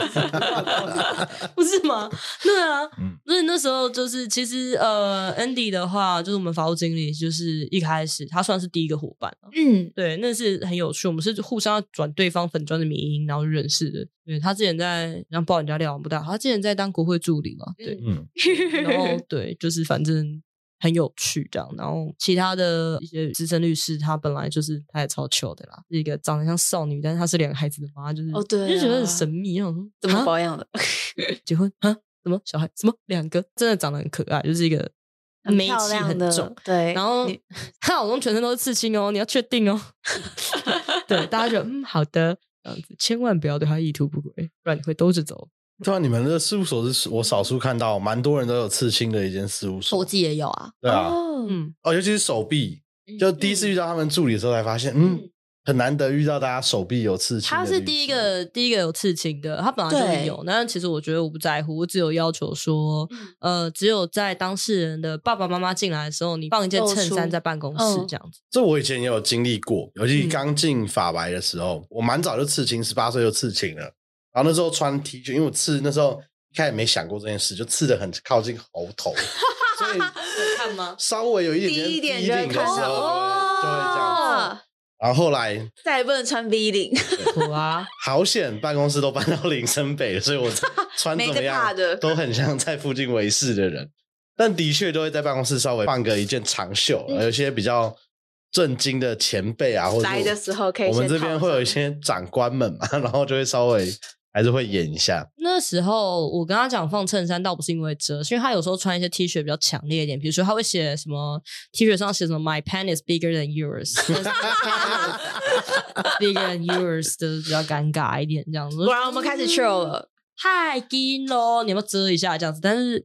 S1: 不是吗？对啊
S2: 嗯，
S1: 所以那时候就是其实呃，Andy 的话就是我们法务经理，就是一开始他算是第一个伙伴啊
S3: 嗯，
S1: 对，那是很有趣。我们是互相要转对方粉砖的名音，然后认识的。对他之前在，然后爆人家料不大，他之前在当国会助理嘛，对，
S2: 嗯，
S1: 然 后对，就是反正很有趣这样。然后其他的一些资深律师，他本来就是他也超糗的啦，是一个长得像少女，但是她是两个孩子的妈，就是
S3: 哦对啊
S1: 就觉得很神秘，然后说
S3: 怎么
S1: 啊
S3: 保养的？
S1: 结婚啊？什么小孩？什么两个？真的长得很可爱，就是一个
S3: 很
S1: 媚
S3: 漂
S1: 气
S3: 亮
S1: 很
S3: 的
S1: 重。，
S3: 对。
S1: 然 后
S3: 你
S1: 她老公全身都是刺青哦，你要确定哦。 对，大家就嗯好的，这样子千万不要对他意图不轨，不然你会兜着走。
S2: 对啊，你们的事务所是我少数看到蛮多人都有刺青的一间事务所，
S1: 自己也有啊，
S2: 对啊，
S3: 哦
S1: 嗯，
S2: 哦，尤其是手臂，就第一次遇到他们助理的时候才发现，嗯，很难得遇到大家手臂有刺青。
S1: 他是第一，个第一个有刺青的，他本来就
S3: 对
S1: 有。但其实我觉得我不在乎，我只有要求说，
S3: 嗯
S1: 呃，只有在当事人的爸爸妈妈进来的时候，你放一件
S3: 露
S1: 衬衫
S3: 出
S1: 在办公室
S3: 嗯
S1: 这样子。
S2: 这我以前也有经历过，尤其
S1: 嗯
S2: 刚进法白的时候，我蛮早就刺青，十八岁就刺青了。然后那时候穿 T 恤，因为我刺那时候一开始没想过这件事，就刺的很靠近喉 头，所以
S1: 看 吗？
S2: 稍微有一点
S3: 低一点
S2: 低
S3: 就会
S2: 顶的时
S3: 看
S2: 候，
S3: 到
S2: 对就会这
S1: 哦
S2: 样。
S3: 啊，
S2: 然后后来
S3: 再也不能穿 V 领，
S1: 苦啊，
S2: 好险，办公室都搬到林森北了，所以我 穿怎
S3: 没
S2: 么
S3: 个大
S2: 样
S3: 的
S2: 都很像在附近维事的人，但的确都会在办公室稍微放个一件长袖，啊
S3: 嗯
S2: 有些比较震惊的前辈啊，或者
S3: 来的时候可以
S2: 我们
S3: 先
S2: 这边
S3: 套
S2: 会有一
S3: 上
S2: 些长官们嘛， 然后就会稍微还是会演一 下。
S1: 那时候我跟他讲放衬衫，倒不是因为遮，是因为他有时候穿一些 T 恤比较强烈一点，比如说他会写什么 T 恤上写什么 “My pen is bigger than yours”，bigger than yours 就是比较尴尬一点这样子。
S3: 果然我们开始 chill 了。
S1: 太紧咯，你要不要遮一下这样子？但是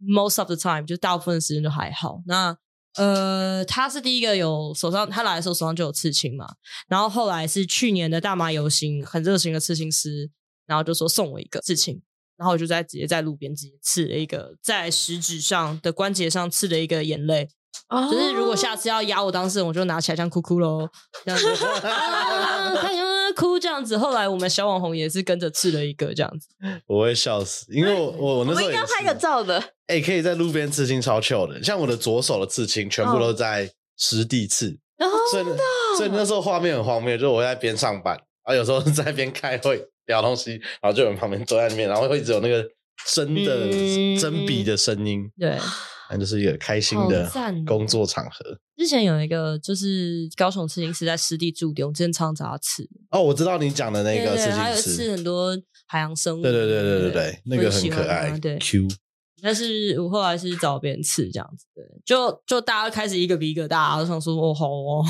S1: most of the time 就大部分的时间就还好。那呃，他是第一个有手上，他来的时候手上就有刺青嘛，然后后来是去年的大麻游行很热情的刺青师，然后就说送我一个刺青。然后我就在直接在路边直接刺了一个在食指上的关节上刺了一个眼泪，
S3: 哦
S1: 就是如果下次要压我当事人，我就拿起来像哭哭喽，这样子，啊他想要哭这样子。后来我们小网红也是跟着刺了一个这样子，
S2: 我会笑死，因为我我我那
S3: 我
S2: 时
S3: 们
S2: 候
S3: 应
S2: 也
S3: 该要拍个
S2: 是，
S3: 照的，
S2: 哎、可以在路边刺青超 chill 的，像我的左手的刺青全部
S3: 哦
S2: 都在实地刺，
S3: 然后
S2: 所以呢所以那时候画面很荒谬，就是我在边上班，然后有时候 在边开会聊东西，然后就有人旁边坐在那边，然后会一直有那个真的
S1: 嗯
S2: 真笔的声音，
S1: 对，
S2: 那就是一个开心
S1: 好
S2: 的
S1: 赞哦
S2: 工作场合。
S1: 之前有一个就是高雄刺青师在湿地驻点，我之前常常找他刺，
S2: 哦，我知道你讲的那个
S1: 对
S2: 事
S1: 对，还
S2: 情
S1: 有
S2: 是
S1: 刺，很多海洋生物，
S2: 对对对对对对，那个
S1: 我
S2: 很
S1: 喜欢
S2: 可爱
S1: 它对，
S2: ，Q。
S1: 但是我后来是找别人刺这样子，对，就就大家开始一个比一个大，我想说哦好哦，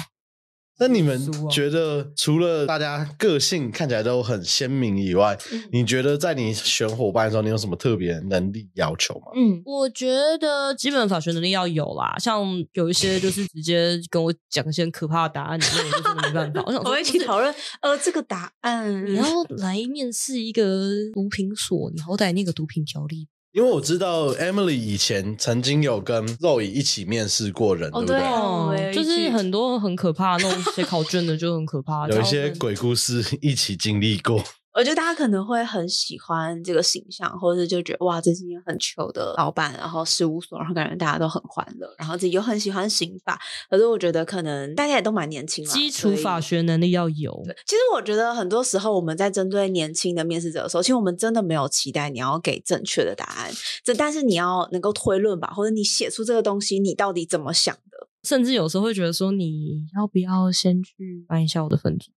S2: 那你们
S1: 书哦
S2: 觉得，除了大家个性看起来都很鲜明以外，
S1: 嗯
S2: 你觉得在你选伙伴的时候，你有什么特别能力要求吗？
S3: 嗯，
S1: 我觉得基本法学能力要有啦，像有一些就是直接跟我讲一些很可怕的答案，那我就真的没办法。 我想
S3: 我
S1: 说
S3: 们一起讨论，呃，这个答案，
S1: 你要来面试一个毒品所，你好歹那个毒品条例。
S2: 因为我知道 Emily 以前曾经有跟 Zoe 一起面试过人，
S3: 哦
S2: 对不对？
S3: 对啊我也
S1: 就是很多很可怕那种写考卷的就很可怕，
S2: 有一些
S1: 然后
S2: 鬼故事一起经历过，
S3: 我觉得大家可能会很喜欢这个形象，或者就觉得哇，这是一个很糗的老板，然后事务所，然后感觉大家都很欢乐，然后自己又很喜欢刑法。可是我觉得可能大家也都蛮年轻啦，
S1: 基础
S3: 所以
S1: 法学能力要有。
S3: 对其实我觉得很多时候我们在针对年轻的面试者的时候，其实我们真的没有期待你要给正确的答案，这但是你要能够推论吧，或者你写出这个东西你到底怎么想的。
S1: 甚至有时候会觉得说，你要不要先去翻一下我的分 组？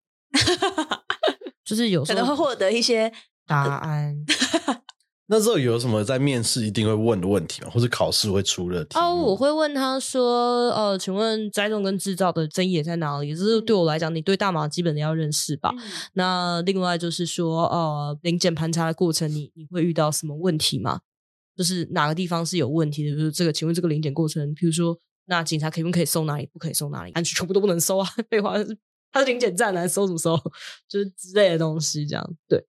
S1: 就是有
S3: 可
S1: 时
S3: 能会
S1: 候
S3: 获得一些
S1: 答案。
S2: 那 Zoe 有什么在面试一定会问的问题吗？或是考试会出的题目？
S1: 哦，我会问他说，呃，请问栽种跟制造的争议也在哪里？就是对我来讲，你对大麻基本的要认识吧。那另外就是说，呃，零检盘查的过程你，你会遇到什么问题吗？就是哪个地方是有问题的？比如这个，请问这个零检过程，比如说，那警察可以不可以搜哪里？不可以搜哪里？安全全部都不能搜啊！ 废话，他是零检站来搜什么搜？就是之类的东西，这样对。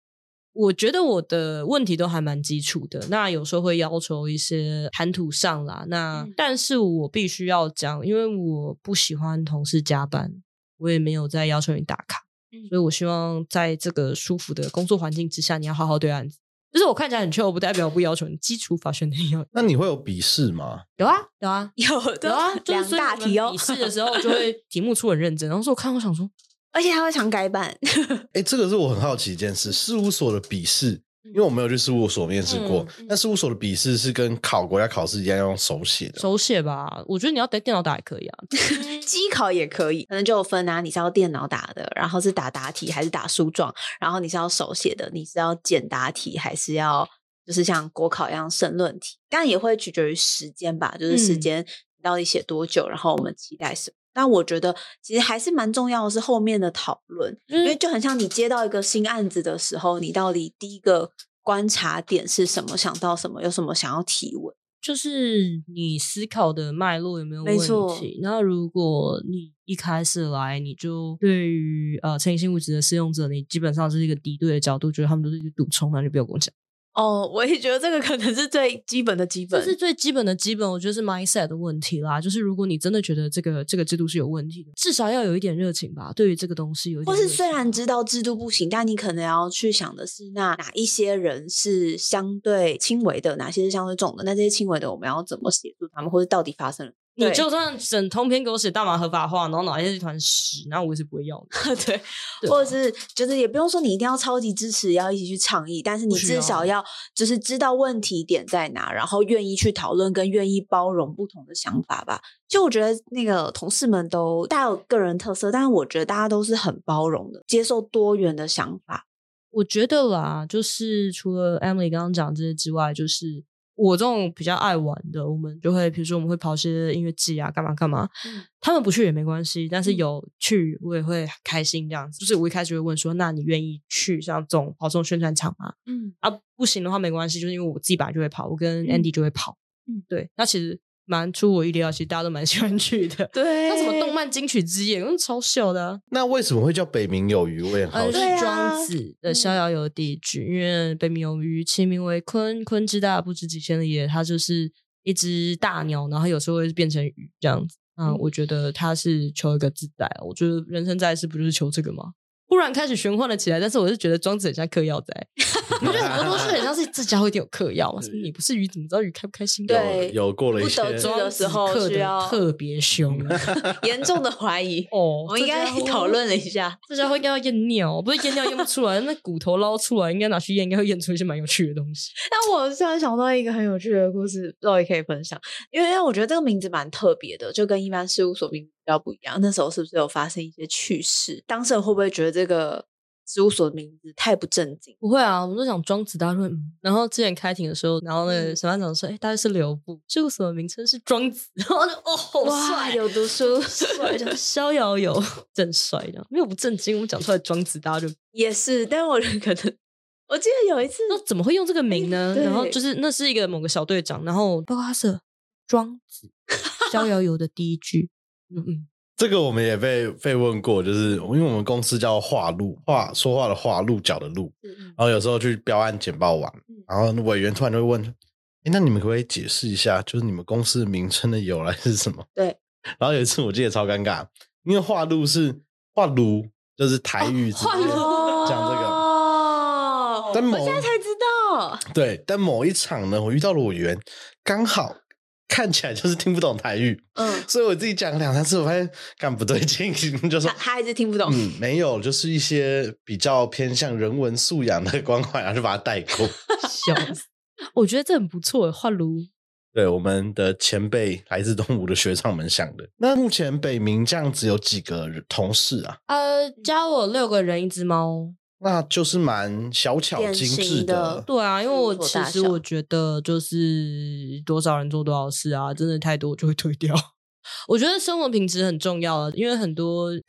S1: 我觉得我的问题都还蛮基础的，那有时候会要求一些谈吐上啦，那、
S3: 嗯
S1: 但是我必须要讲，因为我不喜欢同事加班，我也没有在要求你打卡，
S3: 嗯
S1: 所以我希望在这个舒服的工作环境之下，你要好好对案子。就是我看起来很 chill，不代表我不要求你基础法学能力要
S2: 那你会有笔试吗？
S1: 有啊有啊
S3: 有的
S1: 有啊，就是
S3: 两
S1: 所以
S3: 大
S1: 我们
S3: 题哦
S1: 笔，试的时候 就会题目出很认真，然后说我看我想说，
S3: 而且还会常改版。
S2: 哎，这个是我很好奇一件事，事务所的笔试。因为我没有去事务所面试过，
S3: 嗯嗯
S2: 但事务所的笔试是跟考国家考试一样要用手写的。
S1: 手写吧，我觉得你要带电脑打也可 以啊，
S3: 机考也可以，可能就有分啊，你是要电脑打的，然后是打答题还是打书状，然后你是要手写的，你是要简答题还是要就是像国考一样申论题，当然也会取决于时间吧，就是时
S1: 嗯
S3: 间到底写多久，然后我们期待什么。但我觉得其实还是蛮重要的是后面的讨论，因为就很像你接到一个新案子的时候，你到底第一个观察点是什么，想到什么，有什么想要提问。
S1: 就是你思考的脉络有没有
S3: 没
S1: 问
S3: 错
S1: 题？那如果你一开始来你就对于呃成瘾性物质的使用者，你基本上是一个敌对的角度，觉得他们都是一个毒虫，那就不要跟我讲。
S3: 哦，我也觉得这个可能是最基本的基
S1: 这
S3: 本，
S1: 是最基本的基本，我觉得是 mindset 的问题啦。就是如果你真的觉得这个这个制度是有问题的，至少要有一点热情吧，对于这个东西有一点
S3: 或
S1: 热情。
S3: 是虽然知道制度不行，但你可能要去想的是，那哪一些人是相对轻微的，哪些是相对重的？那这些轻微的，我们要怎么协助他们，或者到底发生了？
S1: 你
S3: 对
S1: 就算整通篇狗血大麻合法化，然后脑袋是一团屎，那我也是不会要的。
S3: 对，
S1: 对
S3: 或者是就是也不用说你一定要超级支持，要一起去倡议，但是你
S1: 不需要
S3: 至少要就是知道问题点在哪，然后愿意去讨论，跟愿意包容不同的想法吧。就我觉得那个同事们都大家有个人特色，但是我觉得大家都是很包容的，接受多元的想法。
S1: 我觉得啦，就是除了 Emily 刚刚讲这些之外，就是我这种比较爱玩的，我们就会比如说我们会跑一些音乐季啊，干嘛干嘛。
S3: 嗯
S1: 他们不去也没关系，但是
S3: 嗯
S1: 有去我也会开心这样子。就是我一开始会问说，那你愿意去像这种跑这种宣传场吗？
S3: 嗯
S1: 啊，不行的话没关系，就是因为我自己本来就会跑，我跟
S3: 嗯
S1: Andy 就会跑。
S3: 嗯
S1: 对，那其实蛮出我意料，其实大家都蛮喜欢去的。
S3: 对
S1: 像什么动漫金曲之夜，嗯，超秀的、啊。
S2: 那为什么会叫北冥有鱼？我也很好
S1: 呃，是。
S2: 奇
S3: 对啊嗯
S1: 庄子的《逍遥游》第一句，因为北冥有鱼，其名为鲲，鲲之大，不知其先的也。它就是一只大鸟，然后有时候会变成鱼这样子。嗯
S3: 嗯，
S1: 我觉得它是求一个自在。啊我觉得人生在世不就是求这个吗？忽然开始玄幻了起来，但是我是觉得庄子很像嗑药仔， 我觉得很多东西很像是这家伙一定有嗑药嘛。什么你不是鱼，怎么知道鱼开不开心？
S3: 对
S2: 有有过了一
S3: 不
S2: 些，
S3: 得知
S1: 庄
S3: 的
S1: 子
S3: 时候
S1: 嗑
S3: 需要
S1: 的特别 凶。
S3: 严重的怀疑
S1: 哦
S3: 我们应该
S1: 这家伙
S3: 讨论了一下，
S1: 这家伙应该要验尿，不是验尿验不出来，那骨头捞出来应该拿去验，应该会验出一些蛮有趣的东西。
S3: 但我突然想到一个很有趣的故事，不知道也可以分享，因为我觉得这个名字蛮特别的，就跟一般事务所名字比较不一样。那时候是不是有发生一些趣事？当事人会不会觉得这个事务所的名字太不正经？
S1: 不会啊，我们都讲庄子大论。嗯然后之前开庭的时候，然后那个
S3: 嗯
S1: 审判长说：“哎、大概是刘部事务所的名称是庄子。”然后就哦，好
S3: 哇，
S1: 帅，
S3: 有读书，
S1: 帅，就是逍遥游，真帅这样。没有不正经，我们讲出来庄子，大家就
S3: 也是，但我觉得可能，我记得有一次，
S1: 那怎么会用这个名呢？
S3: 对
S1: 然后就是那是一个某个小队长，然后包括他是庄子逍遥游的第一句，嗯嗯，
S2: 这个我们也被被问过，就是因为我们公司叫话路，话说话的话，鹿角的鹿。
S3: 嗯
S2: 然后有时候去标案简报完
S3: 嗯，
S2: 然后委员突然就会问：“哎，那你们可不可以解释一下，就是你们公司的名称的由来是什么？”
S3: 对。
S2: 然后有一次我记得超尴尬，因为话路是话炉，就是台语直接、
S1: 话鹿
S3: 哦
S2: 讲这个但
S3: 我
S2: 某
S3: 现在才知道，
S2: 对。但某一场呢，我遇到了委员，刚好看起来就是听不懂台语，
S3: 嗯，
S2: 所以我自己讲了两三次，我发现干不对劲， 就说
S3: 他他还是听不懂，
S2: 嗯，没有，就是一些比较偏向人文素养的关怀，啊然后就把它带过。
S1: 笑死。我觉得这很不错，换炉
S2: 对我们的前辈来自东吴的学长们想的。那目前北明这样子有几个同事啊？
S1: 呃，
S3: 嗯
S1: 加我六个人一只猫。
S2: 那就是蛮小巧
S3: 典
S2: 精
S3: 型
S2: 致
S3: 的
S2: 的。
S1: 对啊，因为
S3: 事务
S1: 我
S3: 所
S1: 其
S3: 嗯大
S1: 实
S3: 小
S1: 我觉得就是多少人做多少事啊，真的太多我就会退掉。 我觉得生活品质很重要啊，因为很 多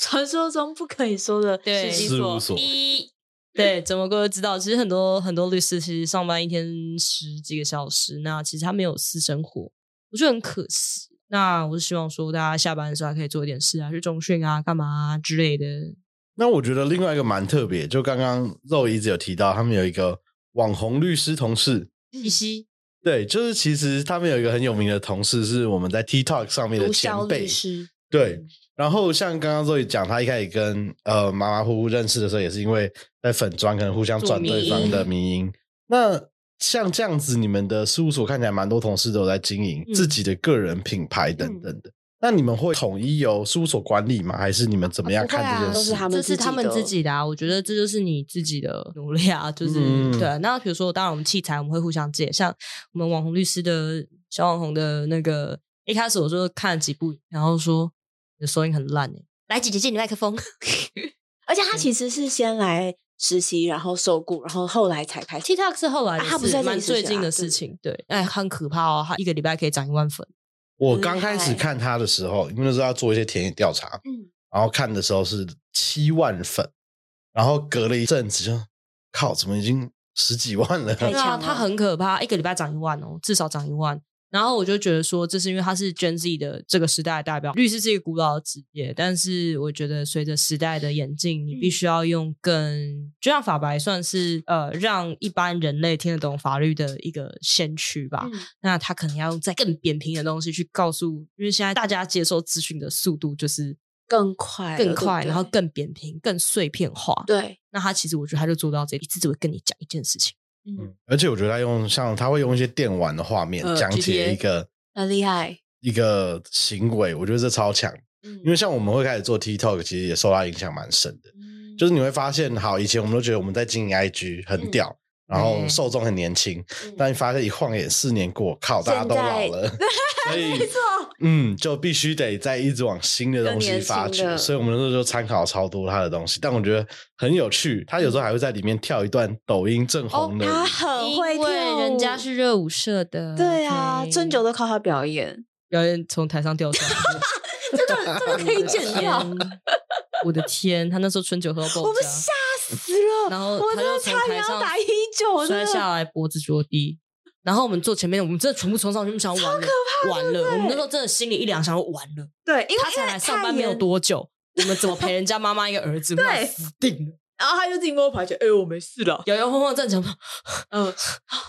S3: 传说中不可以说的
S1: 对
S3: 事
S2: 事
S3: 情
S2: 务所
S1: 一对怎么各位知道，其实很多很多律师其实上班一天十几个小时，那其实他没有私生活，我觉得很可惜。那我是希望说，大家下班的时候还可以做一点事啊，去中训啊，干嘛、啊、之类的。
S3: 嗯
S2: 那我觉得另外一个蛮特别，就刚刚肉一直有提到，他们有一个网红律师同事。
S1: 西西，
S2: 对，就是其实他们有一个很有名的同事，是我们在 TikTok 上面的
S3: 毒
S2: 前
S3: 枭律
S2: 辈。
S3: 师，嗯
S2: 对，然后像刚刚周宇讲，他一开始跟呃马马虎虎认识的时候，也是因为在粉砖可能互相转对方的迷音。那像这样子，你们的事务所看起来蛮多同事都有在经营
S1: 嗯
S2: 自己的个人品牌等
S3: 嗯
S2: 等的。那你们会统一由事务所管理吗？还是你们怎么样
S3: 哦
S1: 啊不会
S2: 看
S1: 啊
S2: 这件
S3: 都是
S2: 事？
S3: 他们
S1: 这
S3: 自
S1: 是
S3: 己
S1: 他们
S3: 的
S1: 自己的啊，我觉得这就是你自己的努力 啊，就是、
S2: 嗯
S1: 对啊。那比如说，当然我们器材我们会互相借，像我们网红律师的小网红的那个，一开始我就看了几部，然后说你的收音很烂哎、来姐姐借你麦克风，
S3: 而且
S1: 嗯
S3: 他其实是先来实习，然后受雇，然后后来才开始。
S1: TikTok 是后来的
S3: 啊
S1: 事，
S3: 他不是在这里
S1: 蛮
S3: 实习
S1: 最近
S3: 啊
S1: 的
S3: 对
S1: 事情，对，哎，很可怕哦，他一个礼拜可以涨一万粉，
S2: 我刚开始看他的时候，因为那时候要做一些田野调查，
S3: 嗯，
S2: 然后看的时候是七万粉，然后隔了一阵子就靠，怎么已经十几万了？
S3: 太
S1: 对
S3: 强
S1: 啊，
S3: 了
S1: 他很可怕，一个礼拜涨一万哦，至少涨一万。然后我就觉得说，这是因为他是 Gen Z 的这个时代的代表。律师是一个古老的职业，但是我觉得随着时代的演进，你必
S3: 嗯
S1: 须要用更，就像法白算是呃让一般人类听得懂法律的一个先驱
S3: 嗯
S1: 吧。那他可能要用在更扁平的东西去告诉，因为现在大家接受资讯的速度就是
S3: 更快了，
S1: 更
S3: 对不
S1: 快，然后
S3: 对
S1: 更扁平、更碎片化。
S3: 对，
S1: 那他其实我觉得他就做到这里，一次只会跟你讲一件事情。
S3: 嗯，
S2: 而且我觉得他用像他会用一些电玩的画面
S3: 呃
S2: 讲解
S3: GTA
S2: 一个
S3: 很厉害，
S2: 一个行为，我觉得这超强。
S3: 嗯
S2: 因为像我们会开始做 TikTok，其实也受他影响蛮深的。就是你会发现，好，以前我们都觉得我们在经营 IG 很屌，然后
S1: 嗯
S2: 受众很年轻，
S3: 嗯
S1: 哦
S2: 但你发现一晃眼四年过，靠，大家都老了， 所以
S3: 没错，
S2: 嗯，就必须得再一直往新的东西发
S3: 更年轻
S2: 掘，
S3: 的
S2: 所以我们那时候就参考超多他的东西，但我觉得很有趣。他有时候还会在里面跳一段抖音正红的舞，
S3: 哦他很
S1: 因
S3: 会跳
S1: 为
S3: 舞，
S1: 人家是热舞社的。
S3: 对啊，
S1: 尊
S3: 尊九都靠他 表演，
S1: 表演从台上掉下来，
S3: 这个这个 可以剪掉，
S1: 我的天。我的天，他那时候春酒喝爆
S3: 我们
S1: 炸，
S3: 吓死了，
S1: 然后
S3: 我
S1: 他
S3: 真
S1: 就
S3: 的
S1: 从
S3: 差点
S1: 台
S3: 要
S1: 上
S3: 打一九，
S1: 摔下来，脖子着地。然后我们坐前面，我们真的全部冲上去，我们想完了，完了。我们那时候真的心里一凉，想说完了，
S3: 对，因为
S1: 他才
S3: 因为
S1: 来上
S3: 太
S1: 班没有
S3: 严
S1: 多久，我们怎么陪人家妈妈一个儿子？我们要
S3: 对
S1: 死定了，
S3: 然后他就自己摸牌去，哎、我没 事了。
S1: 摇摇晃晃站起来。
S3: 嗯，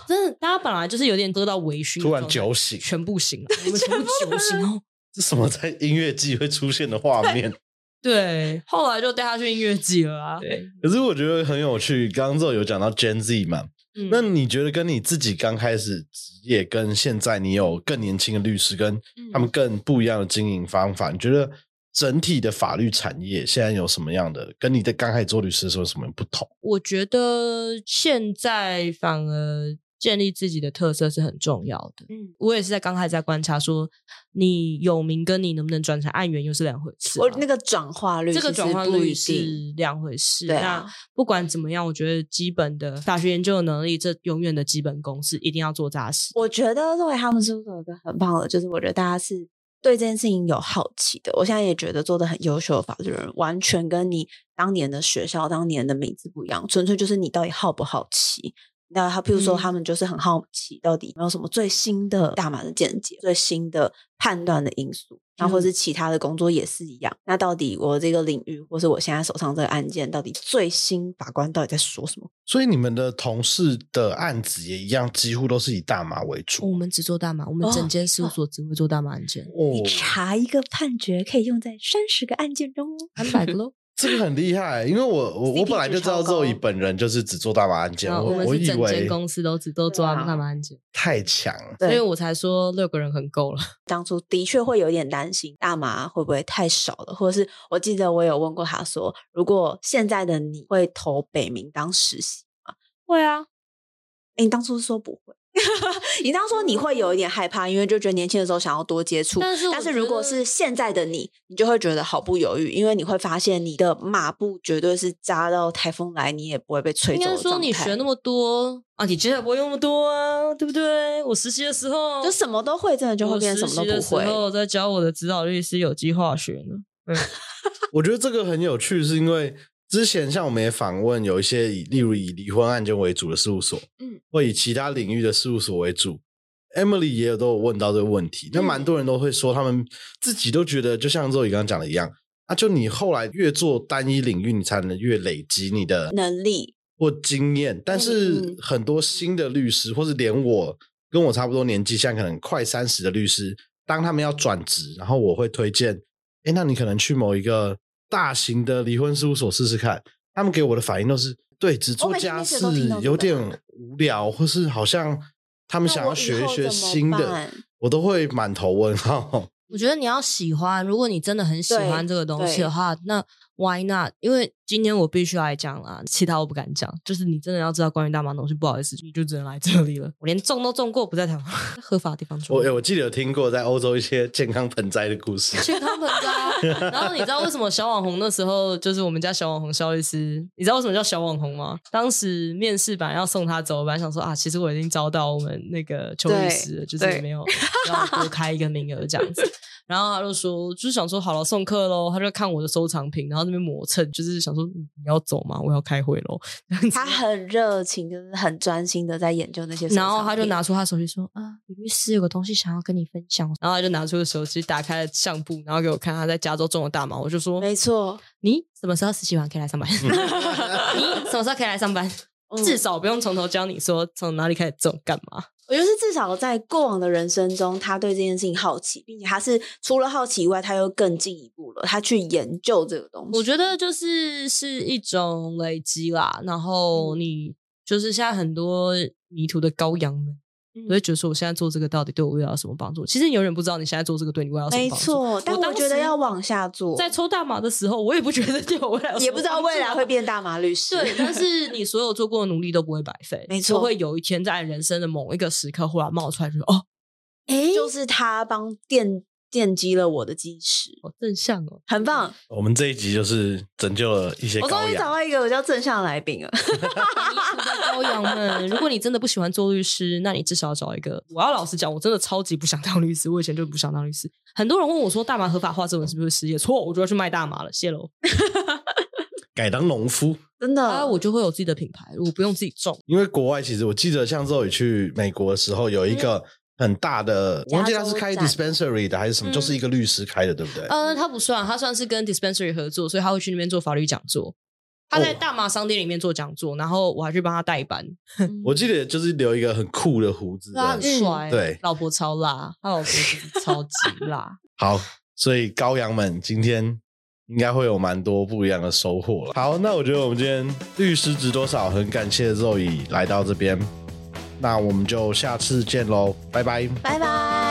S1: 真的，大家本来就是有点得到微醺的
S2: 突
S1: 状态，
S2: 然酒 醒，
S1: 全部醒了，我们全部酒醒哦。
S2: 这什么在音乐季会出现的画面？
S1: 对，后来就带他去音乐季了啊。对，
S2: 可是我觉得很有趣。刚刚之后有讲到 Gen Z 嘛，
S1: 嗯
S2: 那你觉得跟你自己刚开始职业，跟现在你有更年轻的律师，跟他
S1: 嗯
S2: 们更不一样的经营方法，你觉得整体的法律产业现在有什么样的，跟你在刚开始做律师的时候有什么不同？
S1: 我觉得现在反而建立自己的特色是很重要的。
S3: 嗯，
S1: 我也是在刚开始在观察说，你有名跟你能不能转成案源又是两回事嘛。啊
S3: 我那个转化率
S1: 这哦个
S3: 其实
S1: 转化
S3: 不
S1: 率
S3: 一定
S1: 是两回事。
S3: 对
S1: 那
S3: 啊，
S1: 不管怎么样，我觉得基本的法学研究的能力，这永远的基本功是一定要做扎实。
S3: 我觉得作为他们事务所有一个很棒的，就是我觉得大家是对这件事情有好奇的。我现在也觉得做的很优秀的法律人，完全跟你当年的学校、当年的名字不一样，纯粹就是你到底好不好奇。那他，譬如说，
S1: 嗯
S3: 他们就是很好奇，到底有没有什么最新的大马的见解、最新的判断的因素，然
S1: 嗯
S3: 后或是其他的工作也是一样。那到底我这个领域，或是我现在手上这个案件，到底最新法官到底在说什么？
S2: 所以你们的同事的案子也一样，几乎都是以大麻为
S1: 我
S2: 主。
S1: 们只做大麻，我们整间事务所只会做大麻案件，
S2: 哦
S3: 你，查一个判决可以用在三十个案件中 哦。
S1: 三百个喽。
S2: 这个很厉害，因为我我
S3: CP
S2: 我本来就知道
S3: 值超高
S2: Zoe 本人就是只做大麻案件，
S1: 然后
S2: 我
S1: 嗯我们
S2: 我
S1: 是
S2: 以
S1: 整间
S2: 为
S1: 公司都只都做
S3: 对啊
S1: 大麻案件，
S2: 太强了。
S1: 所以
S3: 对
S1: 我才说六个人很够了。
S3: 当初的确会有点担心大麻会不会太少了，或者是我记得我有问过他说，如果现在的你会投北明当实习吗？会啊，诶你当初说不会， 你当初说你会有一点害怕，因为就觉得年轻的时候想要多接触，
S1: 但是我
S3: 但是
S1: 觉
S3: 如果
S1: 得
S3: 是现在的你，你就会觉得毫不犹豫，因为你会发现你的马步绝对是扎到台风来，你也不会被吹
S1: 应
S3: 走的
S1: 该
S3: 状态。
S1: 说你学那么多啊，你接下来不会用那么多啊，对不对？我实习的时候
S3: 就什么都会，真的就会变成什么都不
S1: 我实习的时
S3: 会。
S1: 候在教我的指导律师有机化学呢。
S2: 我觉得这个很有趣，是因为之前像我们也访问有一些以例如以离婚案件为主的事务所，嗯
S3: 嗯，
S2: 或以其他领域的事务所为主。Emily 也有都有问到这个问题，那蛮多人都会说，他们自己都觉得，就像 Zoe 刚刚讲的一样，啊，就你后来越做单一领域，你才能越累积你的
S3: 能力
S2: 或经验。但是
S3: 嗯
S2: 很多新的律师，或是连我跟我差不多年纪，现在可能快三十的律师，当他们要转职，然后我会推荐，哎，那你可能去某一个大型的离婚事务所试试看。他们给我的反应都是，对，只
S3: 我
S2: 做
S3: 每天
S2: 家
S3: 那
S2: 事
S3: 些都听到这个啊
S2: 有点无聊，或是好像他们
S3: 那
S2: 想
S3: 我
S2: 要
S3: 以
S2: 学一
S3: 后
S2: 学
S3: 怎么
S2: 新的
S3: 办，
S2: 我都会满头问号。
S1: 我觉得你要喜欢，如果你真的很喜
S3: 对
S1: 欢这个东西
S3: 对
S1: 的话，那 why not？因为今天我必须来讲啦，其他我不敢讲。就是你真的要知道关于大麻的东西，不好意思，你就只能来这里了。我连种都种过，不在台湾 合法的地方种。
S2: 我
S3: 嗯
S2: 诶我记得有听过在欧洲一些健康盆栽的故事，
S1: 健康盆栽。 然后你知道为什么小网红那时候就是我们家小网红肖律师？你知道为什么叫小网红吗？当时面试版要送他走，本来想说啊，其实我已经招到我们那个邱律师了，
S3: 对
S1: 就是没有要多开一个名额这样子。然后他就说，就是想说好了送客喽，他就看我的收藏品，然后那边磨蹭，就是想说嗯你要走吗？我要开会喽。
S3: 他很热情，就是很专心的在研究那些收藏品。
S1: 然后他就拿出他手机说：“啊，李律师有个东西想要跟你分享。”然后他就拿出手机打开了相簿，然后给我看他在加州种的大麻。我就说：“
S3: 没错，
S1: 你什么时候实习完可以来上班？ 你什么时候可以来上班？
S3: 嗯
S1: 至少不用从头教你说从哪里开始种干嘛。
S3: 我觉得是至少在过往的人生中，他对这件事情好奇，并且他是除了好奇以外，他又更进一步了，他去研究这个东西。
S1: 我觉得就是是一种累积啦。然后
S3: 嗯
S1: 你就是现在很多迷途的羔羊们，
S3: 嗯
S1: 都会觉得说我现在做这个到底对我未来有什么帮助？其实你永远不知道你现在做这个对你未来有什么
S3: 没
S1: 帮助。
S3: 错，但我
S1: 当
S3: 觉得
S1: 时
S3: 要往下做，
S1: 在抽大麻的时候，我也不觉得对我未来有什么
S3: 也不知道
S1: 帮助啊
S3: 未来会。变大麻律师。
S1: 对，但是你所有做过的努力都不会白费，
S3: 没
S1: 你
S3: 错
S1: 都会有一天在人生的某一个时刻忽然冒出来，觉得哦，
S3: 诶就是他帮奠奠基了我的基石，
S1: 好正向哦。
S3: 很棒。
S2: 我们这一集就是拯救了一些
S3: 我终
S2: 羔
S3: 于找
S2: 羊。
S3: 到一个我叫正向的来宾了。
S1: 羔羊们，如果你真的不喜欢做律师，那你至少要找一个。我要老实讲，我真的超级不想当律师，我以前就不想当律师。很多人问我说，大麻合法化这种是不是失业？错，我就要去卖大麻了，谢喽。
S2: 改当农夫，
S3: 真的，
S1: 啊，我就会有自己的品牌，我不用自己种。
S2: 因为国外其实我记得像周宇去美国的时候，有一个很大的，我忘记他是开
S3: 加州
S2: dispensary 的还是什么，
S1: 嗯
S2: 就是一个律师开的，对不对？
S1: 呃，他不算，他算是跟 dispensary 合作，所以他会去那边做法律讲座。他在
S2: 哦
S1: 大麻商店里面做讲座，然后我还去帮他代班。
S3: 嗯
S2: 我记得就是留一个很酷的胡子
S1: 对啊他很
S2: 的。
S1: 帅，欸
S2: 对
S1: 老婆超辣，他老婆就是超级辣。
S2: 好，所以羔羊们今天应该会有蛮多不一样的收获了。好，那我觉得我们今天律师值多少，很感谢肉乙来到这边，那我们就下次见喽，拜拜。
S3: 拜拜。